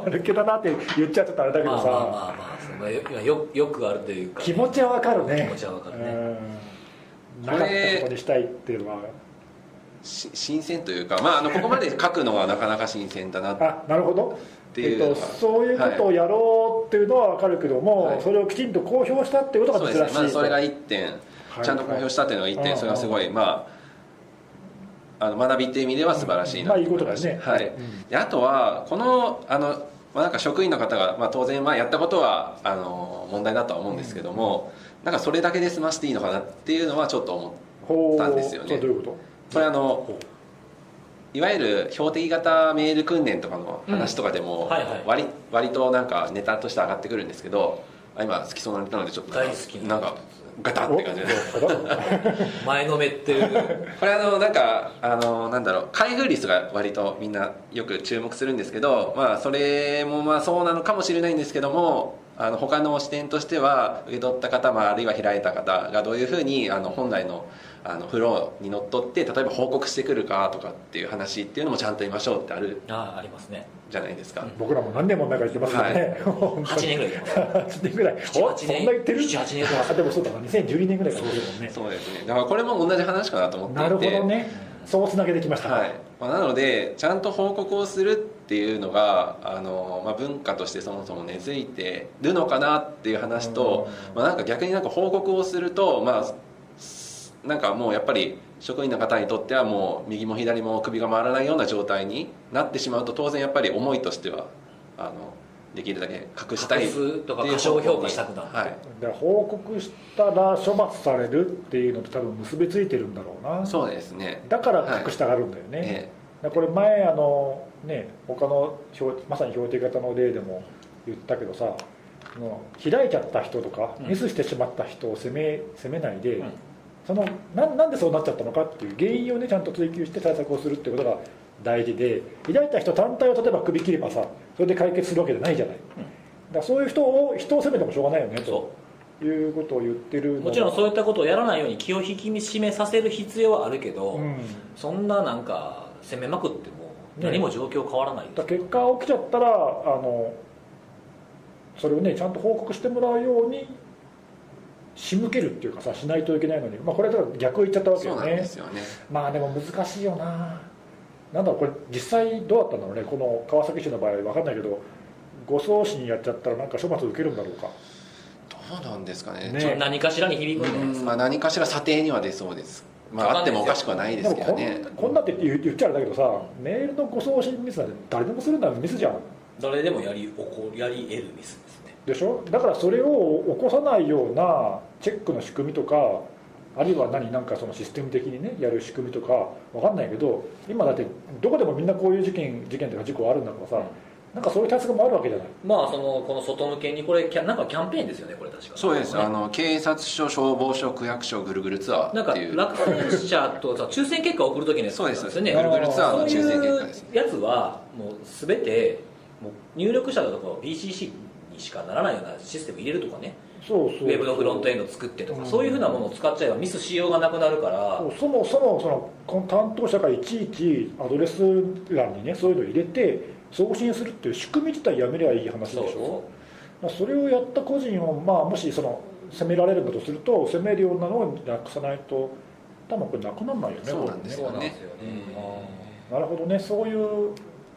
S2: 抜けだなって言っちゃうとあれだけ
S1: ま
S2: ど
S1: あ
S2: さ、
S1: まあまあまあそうまあよよよくあるというか
S2: 気持ちはわかるね
S1: 気持ちはわかるね
S2: うんなかったことにしたいっていうのは
S3: し新鮮というか、まあ、あのここまで書くのはなかなか新鮮だなって
S2: あなるほど
S3: ていう
S2: えっと、そういうことをやろうっていうのはわかるけども、
S3: はい
S2: それをきちんと公表したっていうこと
S3: そ
S2: が
S3: うで
S2: 珍
S3: す
S2: しい
S3: ね、まずそれが1点、
S2: はい
S3: ちゃんと公表したっていうのが1
S2: はい
S3: 点、それはすごい、まあ、あの学びっていう意味では素晴らしいな
S2: まあ
S3: と
S2: いいこ
S3: 思
S2: と
S3: い
S2: だ
S3: ま
S2: よ
S3: した
S2: ね
S3: はいであとは、このあの、まあ、なんか職員の方が、まあ、当然、まあ、やったことはあの問題だとは思うんですけども、なんかそれだけで済ませていいのかなっていうのはちょっと思って。
S2: ほう
S3: たんですよね
S2: それどういうこ
S3: これあのいわゆる標的型メール訓練とかの話とかでも、
S1: うんはいはい
S3: 割割となんかネタとして上がと上がってくるんですけどあ今好きそうなネタなのでちょっとなんか
S1: 大好きな
S3: なんかガタ
S2: と
S3: って感じで
S2: おどういうこと
S1: 前のめっていう
S3: これあのなんかあのなんだろう開封率が割とみんなよく注目するんですけどまあそれもまあそうなのかもしれないんですけどもあの他の視点としては受け取った方、まあ、あるいは開いた方がどういうふうにあの本来のあのフローにのっとって例えば報告してくるかとかっていう話っていうのもちゃんと言いましょうってある
S1: ああありますね
S3: じゃないですか、
S2: 僕らも何年も前から言ってますよね、本当
S1: 8年
S2: に
S1: ぐらい行きます
S2: <laughs> 8年ぐらいお
S1: 78
S2: そんな言ってる
S1: 78年ぐらい
S2: あでもそうだな2012年ぐらいから言ってるもんね
S3: そうですねだからこれも同じ話かなと思っていて
S2: なるほどねそうつなげてきました、
S3: はいまあ、なのでちゃんと報告をするっていうのがあの、まあ、文化としてそもそも根付いてるのかなっていう話と、まあ、なんか逆になんか報告をすると、まあ、すなんかもうやっぱり職員の方にとってはもう右も左も首が回らないような状態になってしまうと当然やっぱり思いとしてはあのできるだけ隠したい
S1: 隠すとか
S3: っていう
S1: 過小評価したくなる
S3: はい
S2: で報告したら処罰されるっていうのと多分結びついてるんだろうな
S3: そうですね
S2: だから隠したがるんだよね、
S3: え
S2: だからこれ前あのね他の標まさに標定型の例でも言ったけどさあの開いちゃった人とか
S1: うん
S2: ミスしてしまった人を責め責めないで、
S1: うん
S2: そのななんでそうなっちゃったのかっていう原因をねちゃんと追求して対策をするってことが大事で開いた人単体を例えば首切ればさそれで解決するわけじゃないじゃない、だからそういう人を人を責めてもしょうがないよね
S1: そ
S2: ということを言ってるの
S1: もちろんそうい
S2: い
S1: ったことをやらないように気を引き締めさせる必要はあるけど、
S2: うん、
S1: そんななんか攻めまくっても
S2: ね
S1: 何も状況変わらない
S2: だから結果起きちゃったらあのそれをねちゃんと報告してもらうように仕向けるっていうかさしないといけないのに、まあ、これはだから逆を言っちゃったわけ
S3: そう
S2: よ
S3: なん
S2: ね
S3: ですよね
S2: まあでも難しいよななんだろうこれ実際どうだったんだろうねこの川崎市の場合わかんないけど誤送信やっちゃったらなんか処罰受けるんだろうか
S3: どうなんですかね
S2: ね
S1: その何かしらに響くんじゃないです
S3: まあ、何かしら査定には出そうです、ま
S1: わ
S3: あ、
S1: か
S3: あ
S1: んな
S3: って
S1: いですよ
S3: もおかしくはないですけどね
S2: もこんこんなって言う言っちゃあれだけどさメールの誤送信ミスなんて誰でもするのはミスじゃん
S1: か、誰でもやり起こやり得るミスですね
S2: でしょだからそれを起こさないようなチェックの仕組みとかあるいは何なんかそのシステム的にねやる仕組みとかわかんないけど今だってどこでもみんなこういう事件事件とか事故あるんだからさ、なんかそういう対策もあるわけじゃない
S1: まあそのこの外向けにこれキャなんかキャンペーンですよねこれ確か
S3: そうです、
S1: ね
S3: あの警察署消防署区役所ぐるぐるツア
S1: なん
S3: ーっ
S1: か
S3: ていう
S1: 落選者とさ抽選結果を送る時のやつ
S3: そう
S1: なん
S3: で
S1: です
S3: す
S1: よ
S3: ね
S1: ね
S3: ぐるぐるツアーの抽選結果です
S1: そういうやつはもう全てもう入力者のところを BCC にしかならないようなシステム入れるとかね
S2: そう
S1: ウ
S2: そう
S1: ェブのフロントエンド作ってとか
S2: うん
S1: そういうふうなものを使っちゃえばミスしようがなくなるから
S2: そうそもそもそのこの担当者がいちいちアドレス欄にねそういうの入れて送信するっていう仕組み自体やめりゃいい話
S1: そう
S2: でしょまあそれをやった個人を、まあ、もしその責められるんだとすると責めるようなのをなくさないと多分これなくならないよね
S3: そうなんです
S1: そう
S3: よ
S1: なんで
S3: ね
S1: すよね
S2: これねなるほどねそういう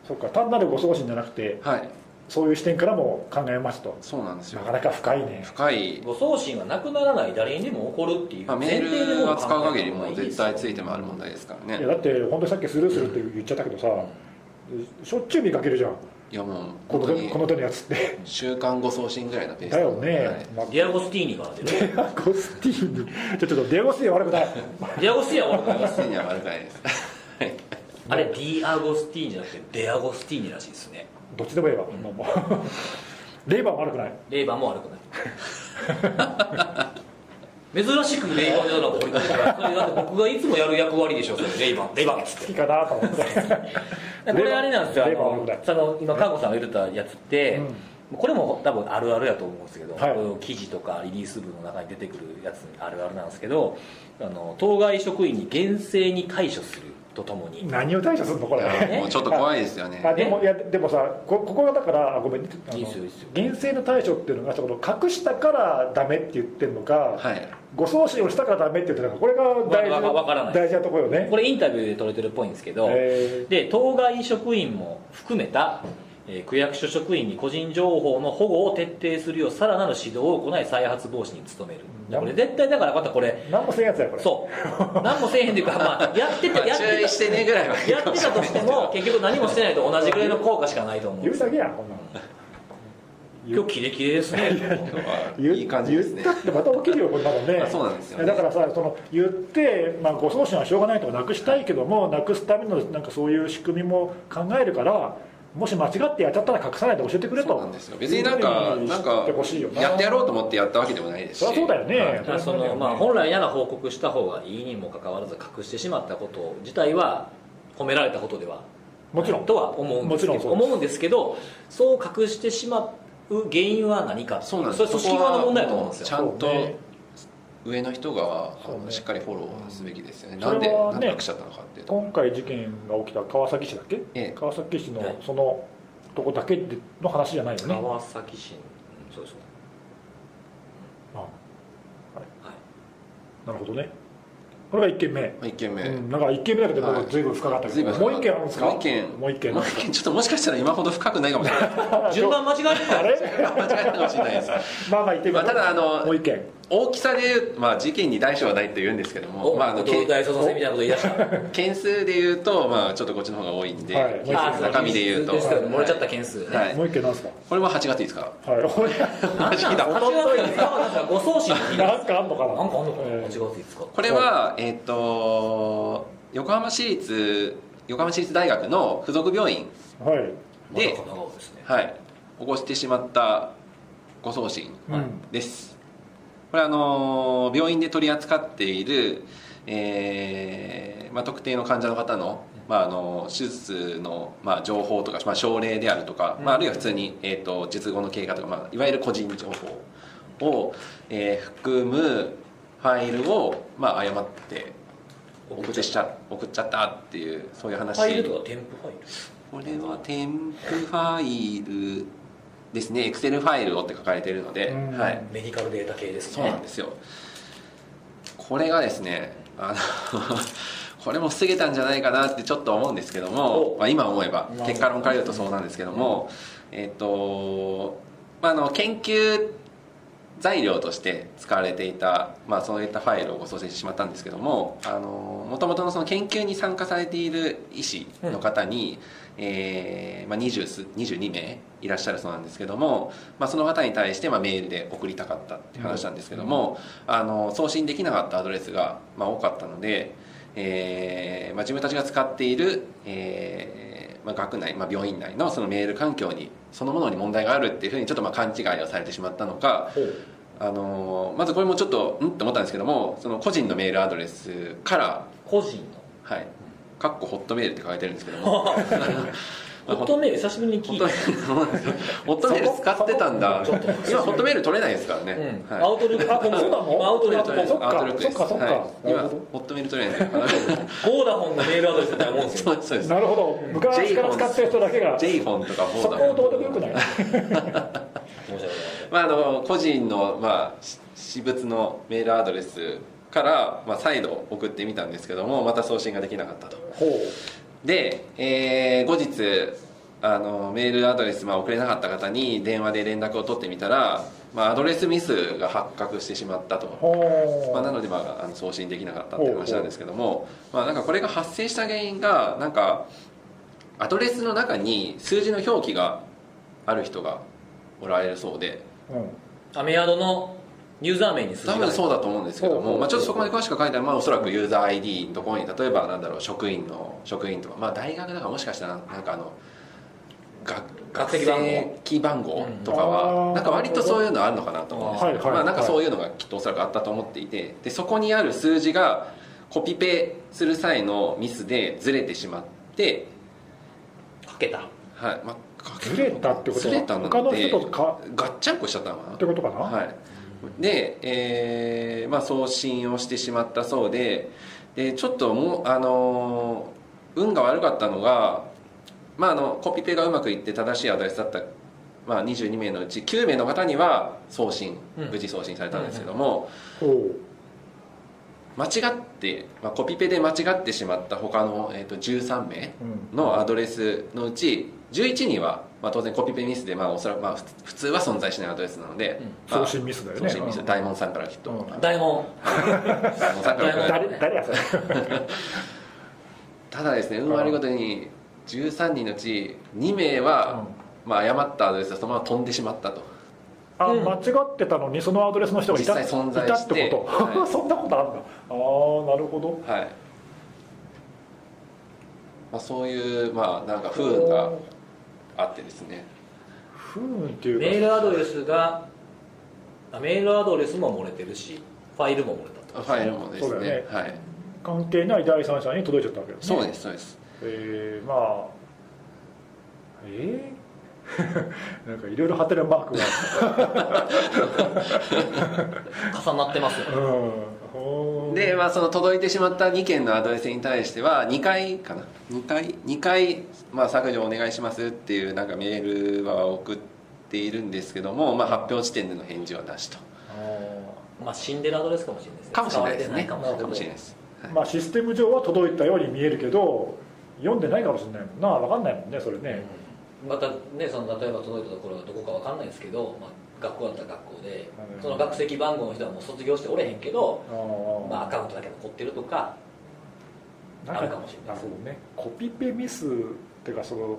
S2: そっか単なるご送信じゃなくて
S3: はい
S2: そういう視点からも考えますと
S3: そうなんですよ
S2: なかなか深いね
S3: 深い、
S1: 誤送信はなくならない誰にでも起こるっていう
S3: まあ、メールは使う限りもう絶対ついて
S1: も
S3: 回る問題ですから
S2: いや
S3: ね
S2: だって本当にさっきスルーするって言っちゃったけどさしょっちゅう見かけるじゃん
S3: いやもう
S2: この
S3: 本当
S2: 手
S3: に
S2: この手のやつって
S3: 週刊ご送信ぐらいのペース
S2: だよ
S3: は
S2: ね
S3: い、
S2: まあ
S1: ディアゴスティーニが出る
S2: ディアゴスティーニちょちょっとディアゴスティーニは悪くない
S1: ディアゴスティーニは俺
S3: ご送信には悪くないですはい
S1: あれディアゴスティーニじゃなくてデアゴスティーニらしいですね
S2: どっちでもいいわ、こんなもん <laughs> レイバーも悪くない
S1: レイバーも悪
S3: <laughs>
S1: くない珍しくレイバーじゃなくて俺だって僕がいつもやる役割でしょそれレイバーレイバーっつって
S2: 好きかなと思って
S1: これあれなんですよあ
S2: レバーの
S1: の
S2: 問題
S1: その今かんこさんが言ってたやつって、これも多分あるあるやと思うんですけど、
S2: はい
S1: この記事とかリリース部の中に出てくるやつあるあるなんですけどあの当該職員に厳正に対処するとともに、
S2: 何を対処するのこれ
S3: もうちょっと怖いですよね
S2: あでもいやでもさこここがだからあごめんあの
S1: いいっすよいいっすよ
S2: 厳正の対処っていうのがその隠したからダメって言ってるのか、
S3: はい
S2: 誤送信をしたからダメって言ってるのかこれが大事な
S1: わわわからない
S2: 大事なところよね
S1: これインタビューで取れてるっぽいんですけど、
S2: え
S1: で当該職員も含めた、えー区役所職員に個人情報の保護を徹底するようさらなる指導を行い再発防止に努める
S2: うん
S1: これ絶対だからまたこれ
S2: ー何もせんやつだよこれ <laughs>
S1: そう何もせえへんというか、まあ、やって
S3: まあ
S1: てやって
S3: 注意
S1: た
S3: してねぐらいはいい
S1: やっ
S3: かも
S1: て
S3: しれ
S1: た
S3: ない
S1: としても <laughs> 結局何もしてないと同じぐらいの効果しかないと思う
S2: 言うだけやんこんなの
S1: 今日キレキレ
S3: <laughs>
S1: ですね
S2: 言う
S3: いい感じですね
S2: 言ったってまた起きるよこれ多分ね
S3: あそうなんですよね
S2: だからさその言って、まあ、誤送信はしょうがないとかなくしたいけどもなくすためのなんかそういう仕組みも考えるからもし間違ってやっちゃったら隠さないで教えてくれと
S3: そうなんですよ別になんか
S2: いうふうに
S3: なんか
S2: してほしいよな
S3: やってやろうと思ってやったわけでもないですし
S2: そりゃそうだよね、
S1: だからそのまあ本来なら報告した方がいいにもかかわらず隠してしまったこと自体は褒められたことでは
S2: もちろん
S1: とは思うんですけ
S2: もち
S1: ど
S2: ろんそうです
S1: 思うんですけどそう隠してしまう原因は何か
S3: そうなんです
S1: れ組織側の問題だと思うんです
S3: ち
S1: よ
S3: ゃんと
S2: そうね
S3: 上の人が
S2: そうね
S3: しっかりフォローすべきですよね
S2: ん
S3: なんで
S2: それはね
S3: なんで隠しちゃったのかっていうと
S2: 今回事件が起きた川崎市だっけ、
S3: ええ
S2: 川崎市
S1: はい
S2: のそのとこだけでの話じゃないよね、
S1: 川崎市うんそうですね
S2: あ
S1: はい
S2: なるほどねこれが1件目、
S3: 1件目
S2: うん、なんか1件目だけでも
S3: は
S2: う
S3: い
S2: 随分深かったけ
S3: 随
S2: ど、
S3: 分
S2: もう1件あるんですか
S3: もう一件
S2: もう一件
S3: もう一件ちょっともしかしたら今ほど深くないかもしれない
S1: 順番間違えて
S2: あ
S1: た
S2: れ <laughs>
S3: 間違えたかもしれないです
S2: まあまあ言ってみ
S3: まあただあの
S2: もう一件
S3: 大きさで言う、まあ、事件に対処はないと言うんですけども、
S1: お
S3: まあ、あの
S1: 東
S3: け
S1: 大卒生みたいなこと言い出した
S3: 件数で言うと、まあ、ちょっとこっちの方が多いんで、
S2: はい
S1: あー
S3: <laughs> 中身で言うと
S1: ですよね漏れちゃった件数ね
S3: はい
S2: もう一件なんですか
S3: これも8月ですから
S2: はいおい
S1: なんな
S2: <laughs>
S3: <laughs>
S1: ん8月5日はなんかご送信の日 <laughs> なん
S2: な
S1: で
S2: ん
S1: す
S2: かあんのかな
S1: なんかあんのかな8
S2: ええ
S1: 月5日
S3: これは、えっ、と横浜市立横浜市立大学の附属病院
S2: はい
S1: まだ神
S3: で、
S1: 奈川ですね
S3: はい、起こしてしまった誤送信
S1: はい
S2: うん
S3: ですこれあのー病院で取り扱っている、えーまあ、特定の患者の方の,、まああの手術の、まあ、情報とか、まあ、症例であるとか、まあ、あるいは普通に、えー、と術後の経過とか、まあ、いわゆる個人情報を、えー含むファイルを、まあ、誤って送ってしちゃ送っちゃったっていうそういう話
S1: ファイルとか添付ファイル
S3: これは添付ファイルですねエクセルファイルをって書かれているので、
S2: うん
S3: はい、
S1: メディカルデータ系です
S3: そうなん
S1: ね
S3: ですよこれがですねあの <laughs> これも防げたんじゃないかなってちょっと思うんですけども、まあ、今思えば
S2: まあ
S3: 結果論から言うとそうなんですけども、えっと、まあ、あの研究材料として使われていた、まあ、そういったファイルをご送信してしまったんですけどももともとのその研究に参加されている医師の方に、えーまあ、20数22名いらっしゃるそうなんですけども、まあ、その方に対してまあメールで送りたかったって話なんですけども、あの送信できなかったアドレスがまあ多かったので、えーまあ、自分たちが使っている、えーまあ、学内、まあ、病院内のそのメール環境にそのものに問題があるっていうふうにちょっとまあ勘違いをされてしまったのか
S1: ほう
S3: あのーまずこれもちょっとんって思ったんですけどもその個人のメールアドレスから
S1: 個人の
S3: 「はい、かっこホットメール」って書いてるんですけど <laughs> も
S1: ホットメール久しぶりに
S3: ホ
S1: 聞
S3: ッ
S1: い
S3: ト
S1: た
S3: メールそうなんですよホットメール使ってたんだ
S1: そこそこ
S3: 今ホットメール取れないですからね、
S1: うん
S3: はい
S1: アウトルック
S2: あそうなの
S1: 今アウトルック
S3: 取れない
S2: そっか
S3: アウトルックです
S2: そっかそっか
S3: はい、
S2: なる
S3: 今
S2: ほど
S3: ホットメール取れないですから
S2: <laughs>
S1: ゴーダホンのメールアドレスみたいなもんです
S3: そ
S1: よ
S3: うですそうです
S2: なるほど昔から使ってる人だけが
S3: J フォンとかフォ
S2: そ
S3: ーダ
S2: こをどうでもよくない
S1: 申し訳ない
S3: まあ、あの個人の、まあ、し私物のメールアドレスから、まあ、再度送ってみたんですけどもまた送信ができなかったと
S2: ほう
S3: で、えー後日あのメールアドレス、まあ、送れなかった方に電話で連絡を取ってみたら、まあ、アドレスミスが発覚してしまったと、
S2: ほう
S3: まあ、なので、まあ、あの送信できなかったっていう話なんですけども、まあ、なんかこれが発生した原因がなんかアドレスの中に数字の表記がある人がおられるそうで
S2: うん
S1: アメヤドのユーザー名に数字が
S3: 多分そうだと思うんですけど
S2: ほうほ
S3: も、
S2: う
S3: まあ、ちょっとそこまで詳しくは書いてある、まあ、おそらくユーザー ID のところに例えばなんだろう職員の職員とか、まあ、大学だからもしかしたらなんかあの学
S1: 学
S3: 学
S1: 籍
S3: 籍
S1: 番号
S3: 番号とかは、
S2: うん
S3: なんか割とそういうのあるのかなと思うんですけど、
S2: あーはいはい
S3: まあ、なんかそういうのがきっとおそらくあったと思っていてでそこにある数字がコピペする際のミスでずれてしまって、
S1: かけた
S3: はいまあ、かけ
S2: ずれたってこと
S3: ずれた
S2: は
S3: の
S2: 他の
S3: で
S2: 人とか
S3: ガッチャンコしちゃったのかな
S2: ってことかな、
S3: はい、で、えーまあ、送信をしてしまったそうででちょっともう、あのー運が悪かったのが、まあ、あのコピペがうまくいって正しいアドレスだった、まあ、22名のうち9名の方には送信
S1: うん
S3: 無事送信されたんですけども、
S2: おう
S3: 間違って、まあ、コピペで間違ってしまった他の、えー、と13名
S2: うん
S3: のアドレスのうち11人は、まあ、当然コピペミスで、まあ、おそらく、まあ、ふつ普通は存在しないアドレスなので、
S1: う
S3: まあ
S2: 送信ミスだよ
S3: 送
S2: ね
S3: 信ミス大門さんからきっと、
S2: うん
S1: 大門
S3: 大門さんか
S1: 大
S3: ら
S1: 門
S2: 誰誰やそれ
S3: ただですね運悪いことに13人のうち2名は、まあ、誤ったアドレスがそのまま飛んでしまったと
S2: あ、
S1: うん
S2: 間違ってたのにそのアドレスの人がいた
S3: 実際存在して
S2: いたってこと、
S3: は
S2: <laughs>
S3: い
S2: そんなことあるんだああなるほど
S3: はい、まあ、そういうまあなんか不運があってですね
S2: 不運っていうか
S1: メールアドレスがあメールアドレスも漏れてるしファイルも漏れたと
S3: ファイルもです
S2: そう
S3: ね
S2: だよね
S3: はい、
S2: 関係ない第三者に届いちゃったわけです、ね、
S3: そうですそうです
S2: えー、まあえー、 <laughs> なんかいろいろハテナマークが
S1: 重なってますよね
S2: うんほー
S3: で、まあ、その届いてしまった2件のアドレスに対しては2回かな2回二回、まあ、削除お願いしますっていうなんかメールは送っているんですけども、まあ、発表時点での返事はなしと
S2: あ
S1: まあ死んでるアドレスかもしれないですね
S3: かもしれないですね
S1: 使
S3: か
S1: われてないか
S3: も
S1: も
S3: し
S1: し
S3: れ
S1: れない
S3: なです
S2: ーまあシステム上は届いたように見えるけど読んでないかもしれないもんな分かんないもんねそれね、
S1: またねその例えば届いたところがどこかわかんないですけど、まあ、学校だったら学校で
S2: うん
S1: その学籍番号の人はもう卒業しておれへんけど、
S2: あー
S1: まあ、アカウントだけ残ってるとか <laughs>
S2: なん
S1: あるかもしれない
S2: るほどねコピペミスっていうかその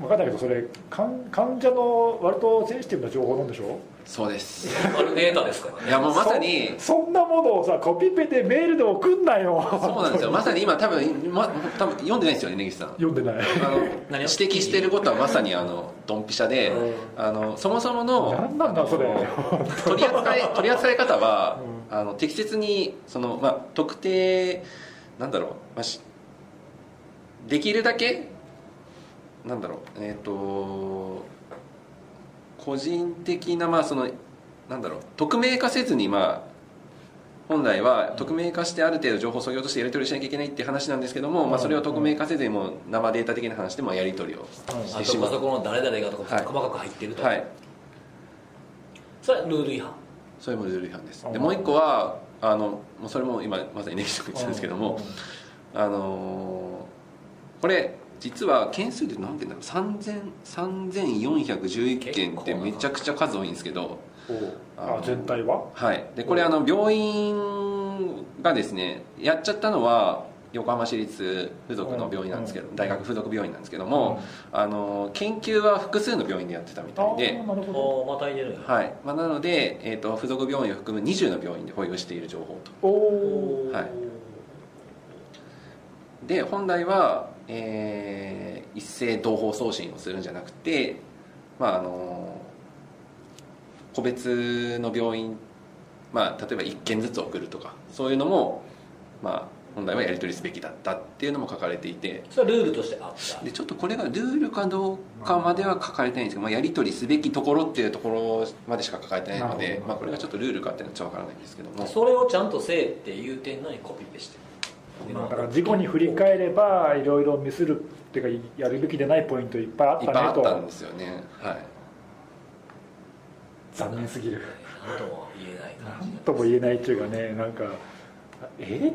S2: 分かんないけどそれ患患者の割とセンシティブな情報なんでしょ
S3: そうです
S1: あるデータですから
S3: <laughs> い
S1: ね
S3: やもうまさに
S2: そそんなものをさコピペでメールで送んなよ
S3: そうなんですよまさに今多分、ま、多分読んでないんですよね根岸さん
S2: 読んでない
S3: あの
S1: 何
S3: 指
S1: を
S3: 摘していることはまさにあのドンピシャであのそもそもの
S2: 何なんだそれ
S3: あの取り扱い取り扱い方は、あの適切にその、まあ、特定なんだろう、まあ、しできるだけなんだろうえっ、と個人的なまあそのなんだろう匿名化せずにまあ本来は匿名化してある程度情報を削ぎ落としてやり取りしなきゃいけないって話なんですけども、まあ、それを匿名化せずにもう生データ的な話でもやり取りをし
S1: あ
S3: て
S1: と
S3: し
S1: パ
S3: ま
S1: ソ
S3: う
S1: コンの誰々がとか
S3: はい
S1: 細かく入ってるとか、
S3: はい
S1: それはルール違反
S3: それもルール違反ですで
S2: うん
S3: もう一個はあのもうそれも今まさに根岸さんが言ってたんですけどもあのーこれ実は件数で何件だろう3000 3411件ってめちゃくちゃ数多いんですけど
S2: おうあ全体は
S3: はいでこれあの病院がですねやっちゃったのは横浜市立附属の病院なんですけど
S2: うん
S3: 大学附属病院なんですけどもあのー研究は複数の病院でやってたみ
S2: あ
S3: たい
S2: あ
S3: で
S2: ーなるほ
S1: おーまたいでるんや
S3: はいまあ、なので、えー、と付属病院を含む20の病院で保有している情報と
S2: どおお
S3: はいで本来は、えー一斉同胞送信をするんじゃなくて、まああの個別の病院、まあ、例えば1件ずつ送るとかそういうのも、まあ、本来はやり取りすべきだったっていうのも書かれていて
S1: それはルールとしてあった
S3: でちょっとこれがルールかどうかまでは書かれてないんですけど、まあ、やり取りすべきところっていうところまでしか書かれてないの
S2: なる
S3: で
S2: ほ、ど
S3: まあ、これがちょっとルールかっていうのはちょっとわからないんですけども。
S1: それをちゃんとせえって言うてんのにコピペしてる
S2: まあだから事故に振り返ればいろいろミスるっていうかやるべきでないポイントいっぱいあっ
S3: い
S2: た
S3: っぱい
S2: ね
S3: あったん
S2: と
S3: ですよね、はい、
S2: 残念すぎる
S1: なんとも言えない感
S2: な
S1: じ
S2: んとも言えないっていうかねなんかえ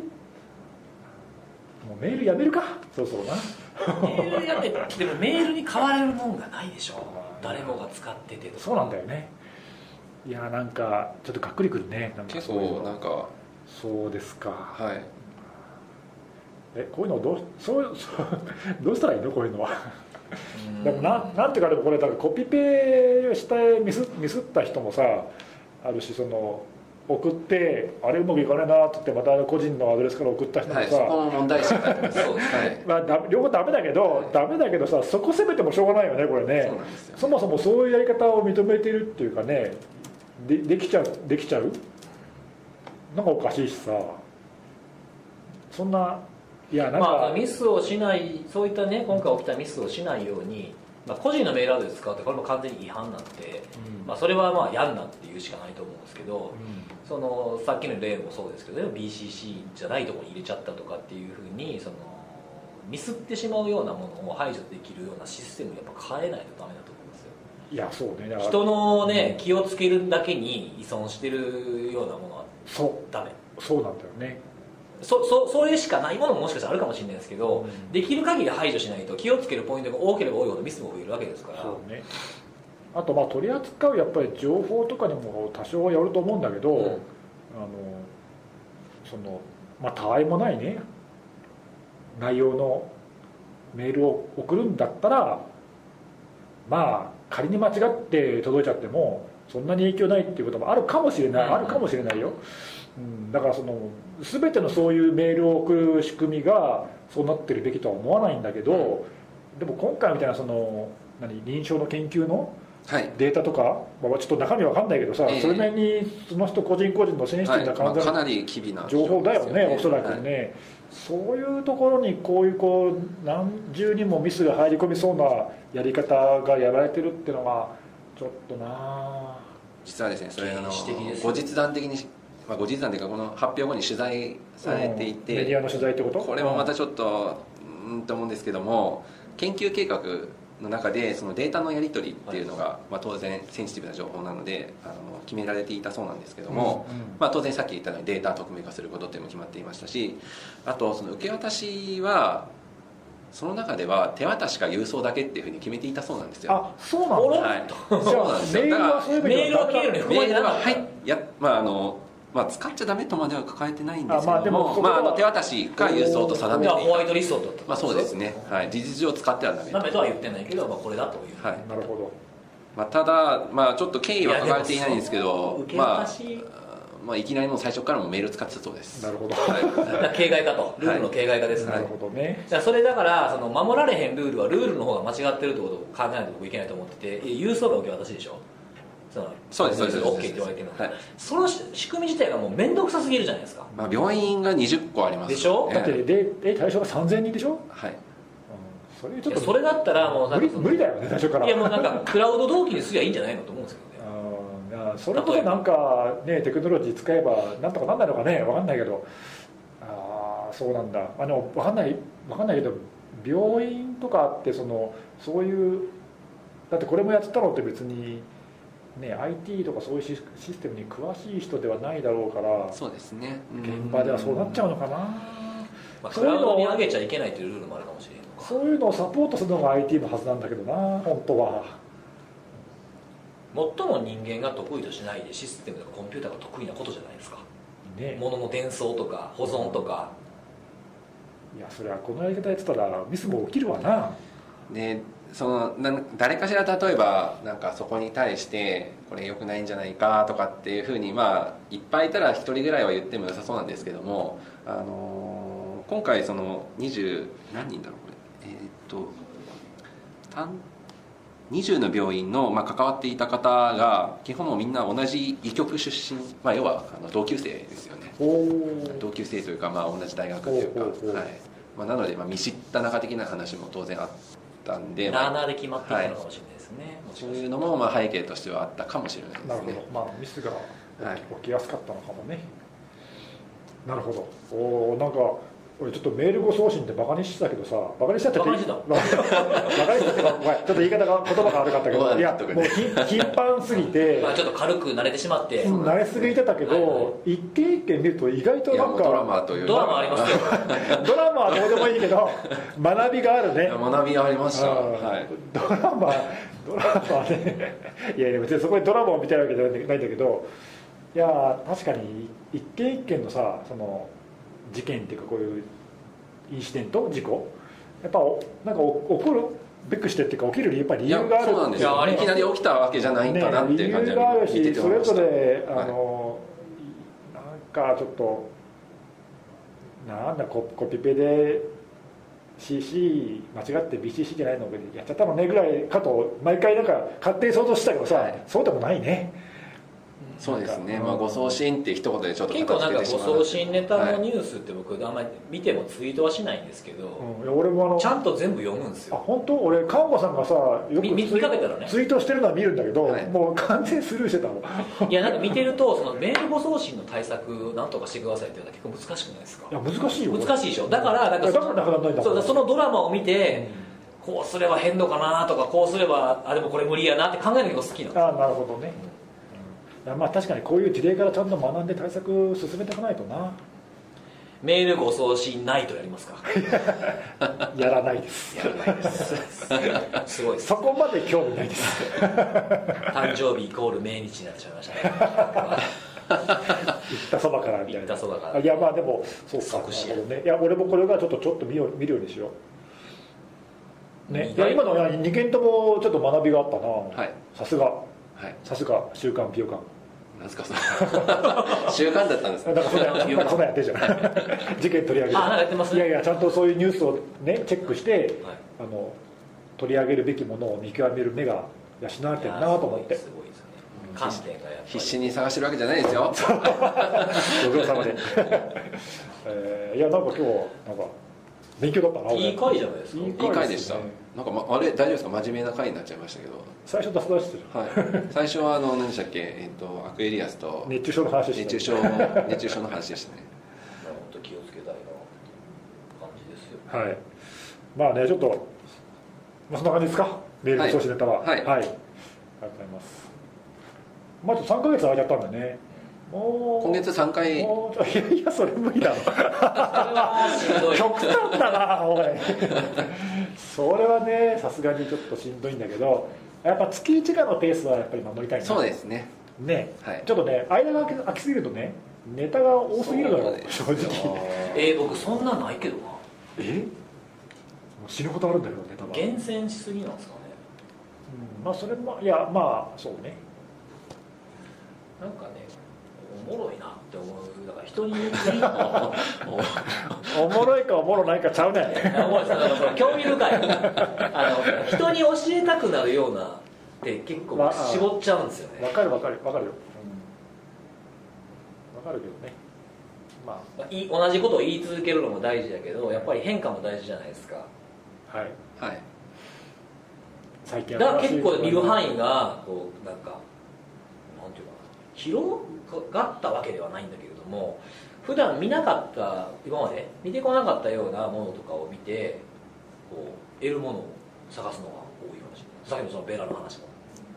S2: もうメールやめるかそうそうな
S1: メールやめてでもメールに変われるもんがないでしょ誰もが使っててとか
S2: そうなんだよねいやなんかちょっとがっくりくるねなんか
S3: 結
S2: そういう
S3: 構
S2: の
S3: なんか
S2: そうですか
S3: はい
S2: えこういうのをどうそうそうどうしたらいいのこういうのはでもななんていうかでもこれだからコピペしてミスミスった人もさあるしその送ってあれうまくいかないなって言ってまた個人のアドレスから送った人もさ、
S3: はい、そこも問題視だと思います
S1: そうですね
S3: はい
S2: まあ、だ両方ダメだけど、ダメだけどさそこ責めてもしょうがないよねこれね
S3: そうなんですよ
S2: そもそもそういうやり方を認めてるっていうかねでできちゃうできちゃうなんかおかしいしさそんないやなんか、
S1: まあ、ミスをしないそういったね今回起きたミスをしないように、まあ、個人のメールアドレス使うとこれも完全に違反なんで、
S2: うん
S1: まあ、それはまあやんなっていうしかないと思うんですけど、
S2: う
S1: そのさっきの例もそうですけど、ね、BCC じゃないところに入れちゃったとかっていうふうにそのミスってしまうようなものを排除できるようなシステムをやっぱ変えないとダメだと思いますよ
S2: んいやそうねだから
S1: 人のね気をつけるだけに依存してるようなものは
S2: そう
S1: ダメ
S2: そうなんだよね
S1: そそそれしかないものももしかしたらあるかもしれないですけど、
S2: うん
S1: できる限り排除しないと気をつけるポイントが多ければ多いほどミスも増えるわけですから
S2: そうねあとまあ取り扱うやっぱり情報とかにも多少はよると思うんだけど、
S1: うん
S2: あのそのまあたわいもないね内容のメールを送るんだったらまあ仮に間違って届いちゃってもそんなに影響ないっていうこともあるかもしれない、
S1: うんうん
S2: あるかもしれないよ、うん、だからその全てのそういうメールを送る仕組みがそうなってるべきとは思わないんだけど、でも今回みたいなその何臨床の研究の
S3: はい
S2: データとか、まあ、ちょっと中身わかんないけどさ、
S3: ええ
S2: それなりにその人個人個人のセンシティブな
S3: は
S2: 患
S3: いまあ
S2: 者の
S3: かなり機微な
S2: 情報だよね、
S3: です
S2: おそらくね、そういうところにこういうこう何重にもミスが入り込みそうなやり方がやられてるっていうのがちょっとなあ
S3: 実はですねそれあの
S1: 原始的ですよ
S3: 後日談的に、まあ、後日談というかこの発表後に取材されてい
S2: うんメディ
S3: て
S2: アの取材ってこと
S3: これもまた
S2: うん
S3: ちょっとうーんと思うんですけども研究計画の中でそのデータのやり取りっていうのが、まあ、当然センシティブな情報なのであの決められていたそうなんですけども、
S2: うんうん
S3: まあ、当然さっき言ったようにデータを匿名化することっていうのも決まっていましたしあとその受け渡しはその中では手渡しか郵送だけっていうふうに決めていたそうなんですよ
S2: あそうな
S1: お
S2: の
S1: ろ
S3: はい、
S2: じゃ
S3: そうなん
S2: あ
S3: ですよ
S2: メー
S3: だ
S2: ル
S3: から
S2: はそういうべき
S1: メールは
S2: だ
S1: 切れるよ
S3: メールははいやまああのまあ使っちゃダメとまでは抱えてないんですけ
S2: あまあで
S3: ど
S2: も
S3: も,、まあ
S2: そ、こ
S3: あ
S2: は
S3: の手渡しか郵送と定め
S1: じゃあ
S3: てい
S1: ホワイ
S3: る
S1: トリストを取った
S3: まあそうですね、はい、事実上使ってはダメ
S1: ダメとは言ってないけど、まあ、これだという、
S3: はい
S2: なるほど
S3: まあ、ただ、まあ、ちょっと経緯は抱えていないんですけ
S1: いやでもそう
S3: ど
S1: 受け
S3: ま
S1: 渡
S3: あ
S1: し、 <laughs>
S3: まあ、いきなりもう最初からもうメール使ってたそうです
S2: なるほど、
S1: だから形骸化とルールの形骸化ですから、
S2: なるほどね
S1: じゃあそれだからその守られへんルールはルールの方が間違ってるってことを考えないと僕いけないと思っててえ郵送が受け渡しでしょその
S3: そうですそうです
S1: ルール OK って言われてるの、
S3: はい
S1: その仕組み自体がもう面倒くさすぎるじゃないですか
S3: まあ、病院が20個あります
S1: でしょ
S3: ね
S2: だってでえ対象が3000人でしょ、うん、
S3: はい
S2: それち
S1: い
S2: ょっ
S1: や
S2: と
S1: それだったらもうなんか
S2: 無理
S1: その
S2: 無理だよね最初から
S1: いやもうなんかクラウド同期にすりゃいいんじゃないのと思うんですけどね
S2: うんあーそれこそなんかねテクノロジー使えばなんとかなんないのかねわかんないけどああそうなんだあのわかんないわかんないけど病院とかってそのそういうだってこれもやってたのって別にね IT とかそういうシスシステムに詳しい人ではないだろうから
S3: そうですねうん
S2: 現場ではそうなっちゃうのかな
S1: まあ、
S2: そ
S1: ク
S2: ういう
S1: ラ
S2: の
S1: ウドに上げちゃいけないというルールもあるかもしれんのか
S2: そういうのをサポートするのが IT のはずなんだけどな本当は
S1: 最も人間が得意としないでシステムとかコンピューターが得意なことじゃないですか
S2: ね
S1: 物の転送とか保存とか
S2: いやそりゃこのやり方やってたらミスも起きるわな
S3: でそのなん誰かしら例えばなんかそこに対してこれ良くないんじゃないかとかっていうふうにまあいっぱいいたら一人ぐらいは言っても良さそうなんですけども、あのー今回その20何人だろうこれえーっとたん20の病院の、まあ、関わっていた方が基本もうみんな同じ医局出身、まあ、要はあの同級生ですよね
S2: おお
S3: 同級生というか、まあ、同じ大学というか、
S2: ほうほうほう
S3: はいまあ、なので、まあ、見知った中的な話も当然あったんで、
S1: ラー
S3: まあ
S1: ナーで決まっていたのかもしれないですね、もし
S3: そう
S1: かし
S3: い
S1: た
S3: う
S1: ら
S3: のも、まあ、背景としてはあったかもしれない
S2: な
S3: で
S2: るほ
S3: すね
S2: ど、まあ、ミスが
S3: はい
S2: 起きやすかったのかもね、なるほどおーなんか俺ちょっとメール誤送信ってバカにしてたけどさバカにしたって
S1: バカにしてた
S2: バカにしてたってか
S3: <laughs>
S2: ごめんちょっと言い方が言葉が悪かったけ
S3: ごめ
S2: ど
S3: ん
S2: いや
S3: 納得
S2: もうき頻繁すぎて
S3: <laughs>
S1: まあ、ちょっと軽く慣れてしまって、
S2: うん慣れすぎてたけど、
S1: はいは
S2: 一件一件見ると意外と
S3: いや
S2: な
S3: も
S2: ん
S3: う
S2: か
S3: ドラマという
S1: ドラマありますよ
S2: ドラマ <laughs> はどうでもいいけ
S3: <laughs>
S2: ど学びがあるね
S3: いや学びありました、
S2: うん
S3: はい、
S2: ドラマドラマはねいやいや別にそこにドラマを見たいわけじゃないんだけどいやー確かに一件一件のさその事件っていうかこういうインシデント事故やっぱおなんかお起こるべくしてっていうか起きる理由やっぱり理由がある
S3: そうなんですよ
S2: って
S3: いきなり起きたわけじゃないんだなっていう感じ
S2: ね理由があ
S3: は
S2: る
S3: 見て
S2: してそ
S3: 思い
S2: れ
S3: まし
S2: ぞ
S3: た
S2: れあ
S3: はい
S2: の、なんかちょっとなんだココピペで CC 間違って BCC じゃないのやっちゃったのねぐらいかと毎回なんか勝手に想像してたけどさ、
S3: はい
S2: そうでもないね
S3: そうですね、
S2: うん
S3: まあ、誤送信って一言でちょっと
S1: 結構なんか
S3: 片付けてし
S1: 誤
S3: まう
S1: 送信ネタのニュースって僕あんまり見てもツイートはしないんですけど、
S2: うんいや俺もあの
S1: ちゃんと全部読むんです
S2: あ
S1: よ
S2: 本当俺看護さんがさよく
S1: み見
S2: ツイ
S1: かけたらね
S2: ツイートしてるのは見るんだけど、
S3: はい
S2: もう完全スルーしてたもんい
S1: いやなんか見てるとそのメール誤送信の対策なんとかしてくださいっていうのは結構難しくないですか
S2: や難しいよ
S1: 難しいでしょだからなんか
S2: だからなくならないんだもん
S1: そうだそのドラマを見て、こうすれば変のかなとかこうすればあでもこれ無理やなって考えるのが好きなの
S2: あなるほどね、うんいやまあ確かにこういう事例からちゃんと学んで対策進めていかない
S1: <laughs>
S2: とな
S1: メール誤送信ないとやります
S2: <laughs>
S1: か
S2: やらないです
S1: やらないですす
S2: <laughs>
S1: ごいです
S2: そこまで興味ないです
S1: 誕生日イコール命日になってしまいま
S2: <laughs>
S1: したね
S2: 言ったそばからみたいな
S1: 言ったそばから
S2: いやまあでもそうか
S1: 即死
S2: なるほどねいや俺もこれがちょっとちょっと見よう見るようにしようね
S1: 意
S2: いや
S1: 外
S2: 今の2件ともちょっと学びがあったな、
S3: はい
S2: さすが
S3: はい
S2: さすが週刊美容館
S3: なんすかそれ <laughs> 習慣だったんです
S2: なんかそんなやなんかそんなやってるじゃない事件取り上げて
S1: あなんかやってますね
S2: いやいやちゃんとそういうニュースをねチェックして、
S1: はい
S2: あの取り上げるべきものを見極める目が養われてるなと思って
S1: すごいですね観点がやっぱり
S3: 必死に探してるわけじゃないですよ
S2: ご苦労様で、えーいやなんか今日なんか勉強だったな俺
S1: いい回じゃないですか
S2: いい
S3: いい回でし
S2: す
S3: た
S2: ね
S3: なんか、ま、あれ大丈夫ですか真面目な回になっちゃいましたけど
S2: 最初出す出してる
S3: はい、最初はあの何でしたっけ、えっと、アクエリアスと
S2: 熱中症の話して
S3: 熱中症熱中症の話でしたね
S1: 本当気をつけたいなって感じですよ
S2: はいまあねちょっと、まあ、そんな感じですかメールの送信ネタは
S3: はい
S2: ありがとうございますまあちょっと3ヶ月空いちゃったんだねもう
S3: 今月3回
S2: もうちょいやいやそれ無理だろ
S1: それはしんどい
S2: 極 <laughs> 端だなおいそれはねさすがにちょっとしんどいんだけどやっぱ月1回のペースはやっぱり守りたいな
S3: そうですね
S2: ね、
S3: はい
S2: ちょっとね間が空き空きすぎるとねネタが多すぎるの
S3: そう
S2: よ
S3: なんです
S2: 正
S3: よ
S2: 直
S1: えー、僕そんなないけどな
S2: えもう死ぬことあるんだけどネタが、
S1: 厳選しすぎなんですかね
S2: うんまあそれもいやまあそうね
S1: なんかねおもろいなって思うだから人に言っていいのもう
S2: おもろいかおもろないかちゃうねん
S1: おもろいですだからこれ興味深いあの人に教えたくなるようなって結構僕絞っちゃうんですよ
S2: わ
S1: ね
S2: かるわかるわかるようんわ、かるけどねま
S1: い同じことを言い続けるのも大事だけどやっぱり変化も大事じゃないですか
S2: あはい
S3: はい
S2: 最近
S1: だから結構見る範
S2: 囲
S1: 囲がこうなんかなんていうかな広がったわけではないんだけれども普段見なかった今まで見てこなかったようなものとかを見てこう得るものを探すのが多いかもしれないさっきのそのベラの話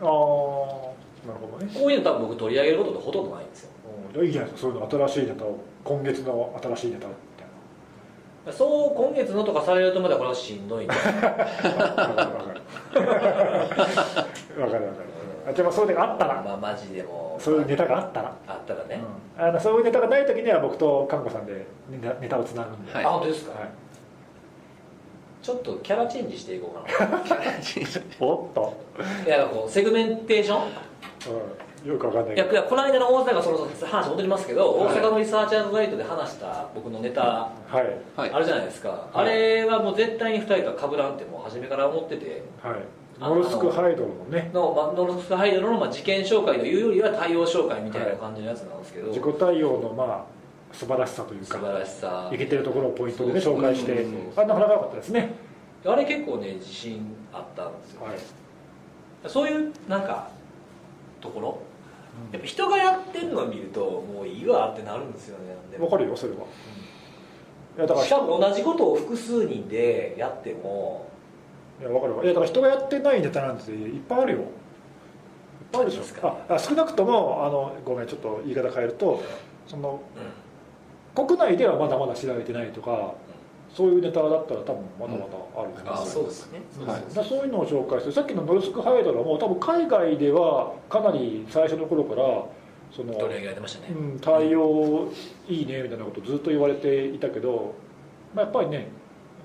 S1: も
S2: ああなるほどね
S1: こういうの多分僕取り上げることってほとんどないんですよ
S2: うんいいじゃないですかそういうの新しいネタを今月の新しいネタみたいな
S1: そう今月のとかされるとまだこれはしんどいんで
S2: <laughs> わかるわかるわかるわかるあじゃあまあそういうのがあったら
S1: まあマジでも
S2: そういうネタがあったら、
S1: あったらね、
S2: うんあのそういうネタがない時には僕と看護さんでネタネタをつなぐんで、
S3: はい
S1: あ本当ですか、
S2: はい
S1: ちょっとキャラチェンジしていこうかな
S2: <laughs> おっと、
S1: いやこうセグメンテーション
S2: うん、よくわかんない
S1: い
S2: け
S1: や
S2: ど
S1: いやこの間の大阪その話戻りますけど、
S2: はい
S1: 大阪のリサーチャーズガイドで話した僕のネタ、
S2: はい
S3: はい
S1: あるじゃないですか、
S2: い
S1: あれはもう絶対に2人が被らんってもう初めから思ってて
S2: はい
S1: あ
S2: ノルスクハイドルのね
S1: の、まあ、ノルスハイドルのまあ事件紹介というよりは対応紹介みたいな感じのやつなんですけど、
S2: 自己対応のまあ素晴らしさという
S1: 素
S2: か
S1: 晴らしさ
S2: いけてるところをポイントでね
S1: そう
S2: 紹介して
S3: うん
S2: あなかなか良かったですね
S1: あれ結構ね自信あったんですよ、
S2: はい
S1: そういうなんかところやっぱ人がやってるのを見るともういいわってなるんですよねで
S2: わ
S1: も
S2: かるよそれは、いやだから
S1: しかも同じことを複数人でやっても
S2: いやわかるわいやだから人がやってないネタなんていっぱいあるよいっぱいあるでし
S1: そうです
S2: ょ
S1: か
S2: ああ少なくともあのごめんちょっと言い方変えるとその
S1: うん
S2: 国内ではまだまだ知られてないとかそういうネタだったら多分まだまだある
S3: あ
S2: か
S3: そう
S1: ですね
S2: ら、
S3: はい
S2: だからそういうのを紹介してさっきのノルスクハイドラも多分海外ではかなり最初の頃からその、
S1: 取り上げられてましたね
S2: うん、対応いいねみたいなことずっと言われていたけど、まあ、やっぱりね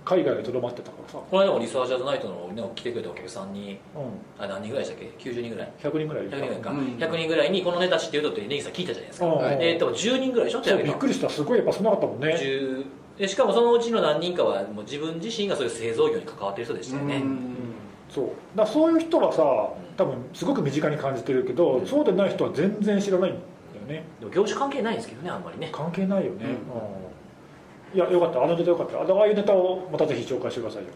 S2: 海外にとどまってたからさ、
S1: この間もリサーチャーズナイトの、ね、来てくれたお客さんに
S2: うん、
S1: あ何人ぐらいでしたっけ90人ぐらい
S2: 100人ぐらいい
S1: 100人ぐらいか、
S3: うん
S1: 100人ぐらいにこのネタ知ってるとってネギさん聞いたじゃないですか、
S2: うん
S1: で多分10人ぐらいでしょ手
S2: そう
S1: 挙
S2: び
S1: げ
S2: ったくりしたすごいやっぱ少なかったもんね
S1: 10でしかもそのうちの何人かはもう自分自身がそういう製造業に関わってる人でしたよね、
S2: そうだからそういう人はさ多分すごく身近に感じてるけど、
S1: うん
S2: そうでない人は全然知らないんだよね
S1: でも業種関係ないんですけどねあんまりね
S2: 関係ないよね、
S3: うん
S2: うんいやよかったあのネタよかったあああいうネタをまたぜひ紹介してくださいよ、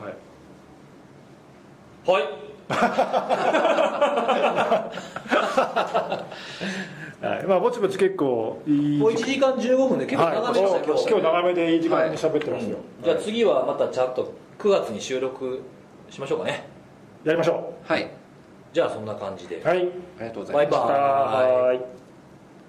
S2: はい、
S1: はい
S2: はいまあ、ぼちぼち結構いい
S1: もう1時間15分で結構長めでした、
S2: はい、今日今日長めでいい時間に喋ってますよ、
S1: うんじゃあ次はまたちゃんと9月に収録しましょうかね
S2: やりましょ
S3: はい
S1: じゃあそんな感じで
S2: うはい
S3: ありがとうござ
S1: バ
S3: います
S1: イバイ
S2: バイバイ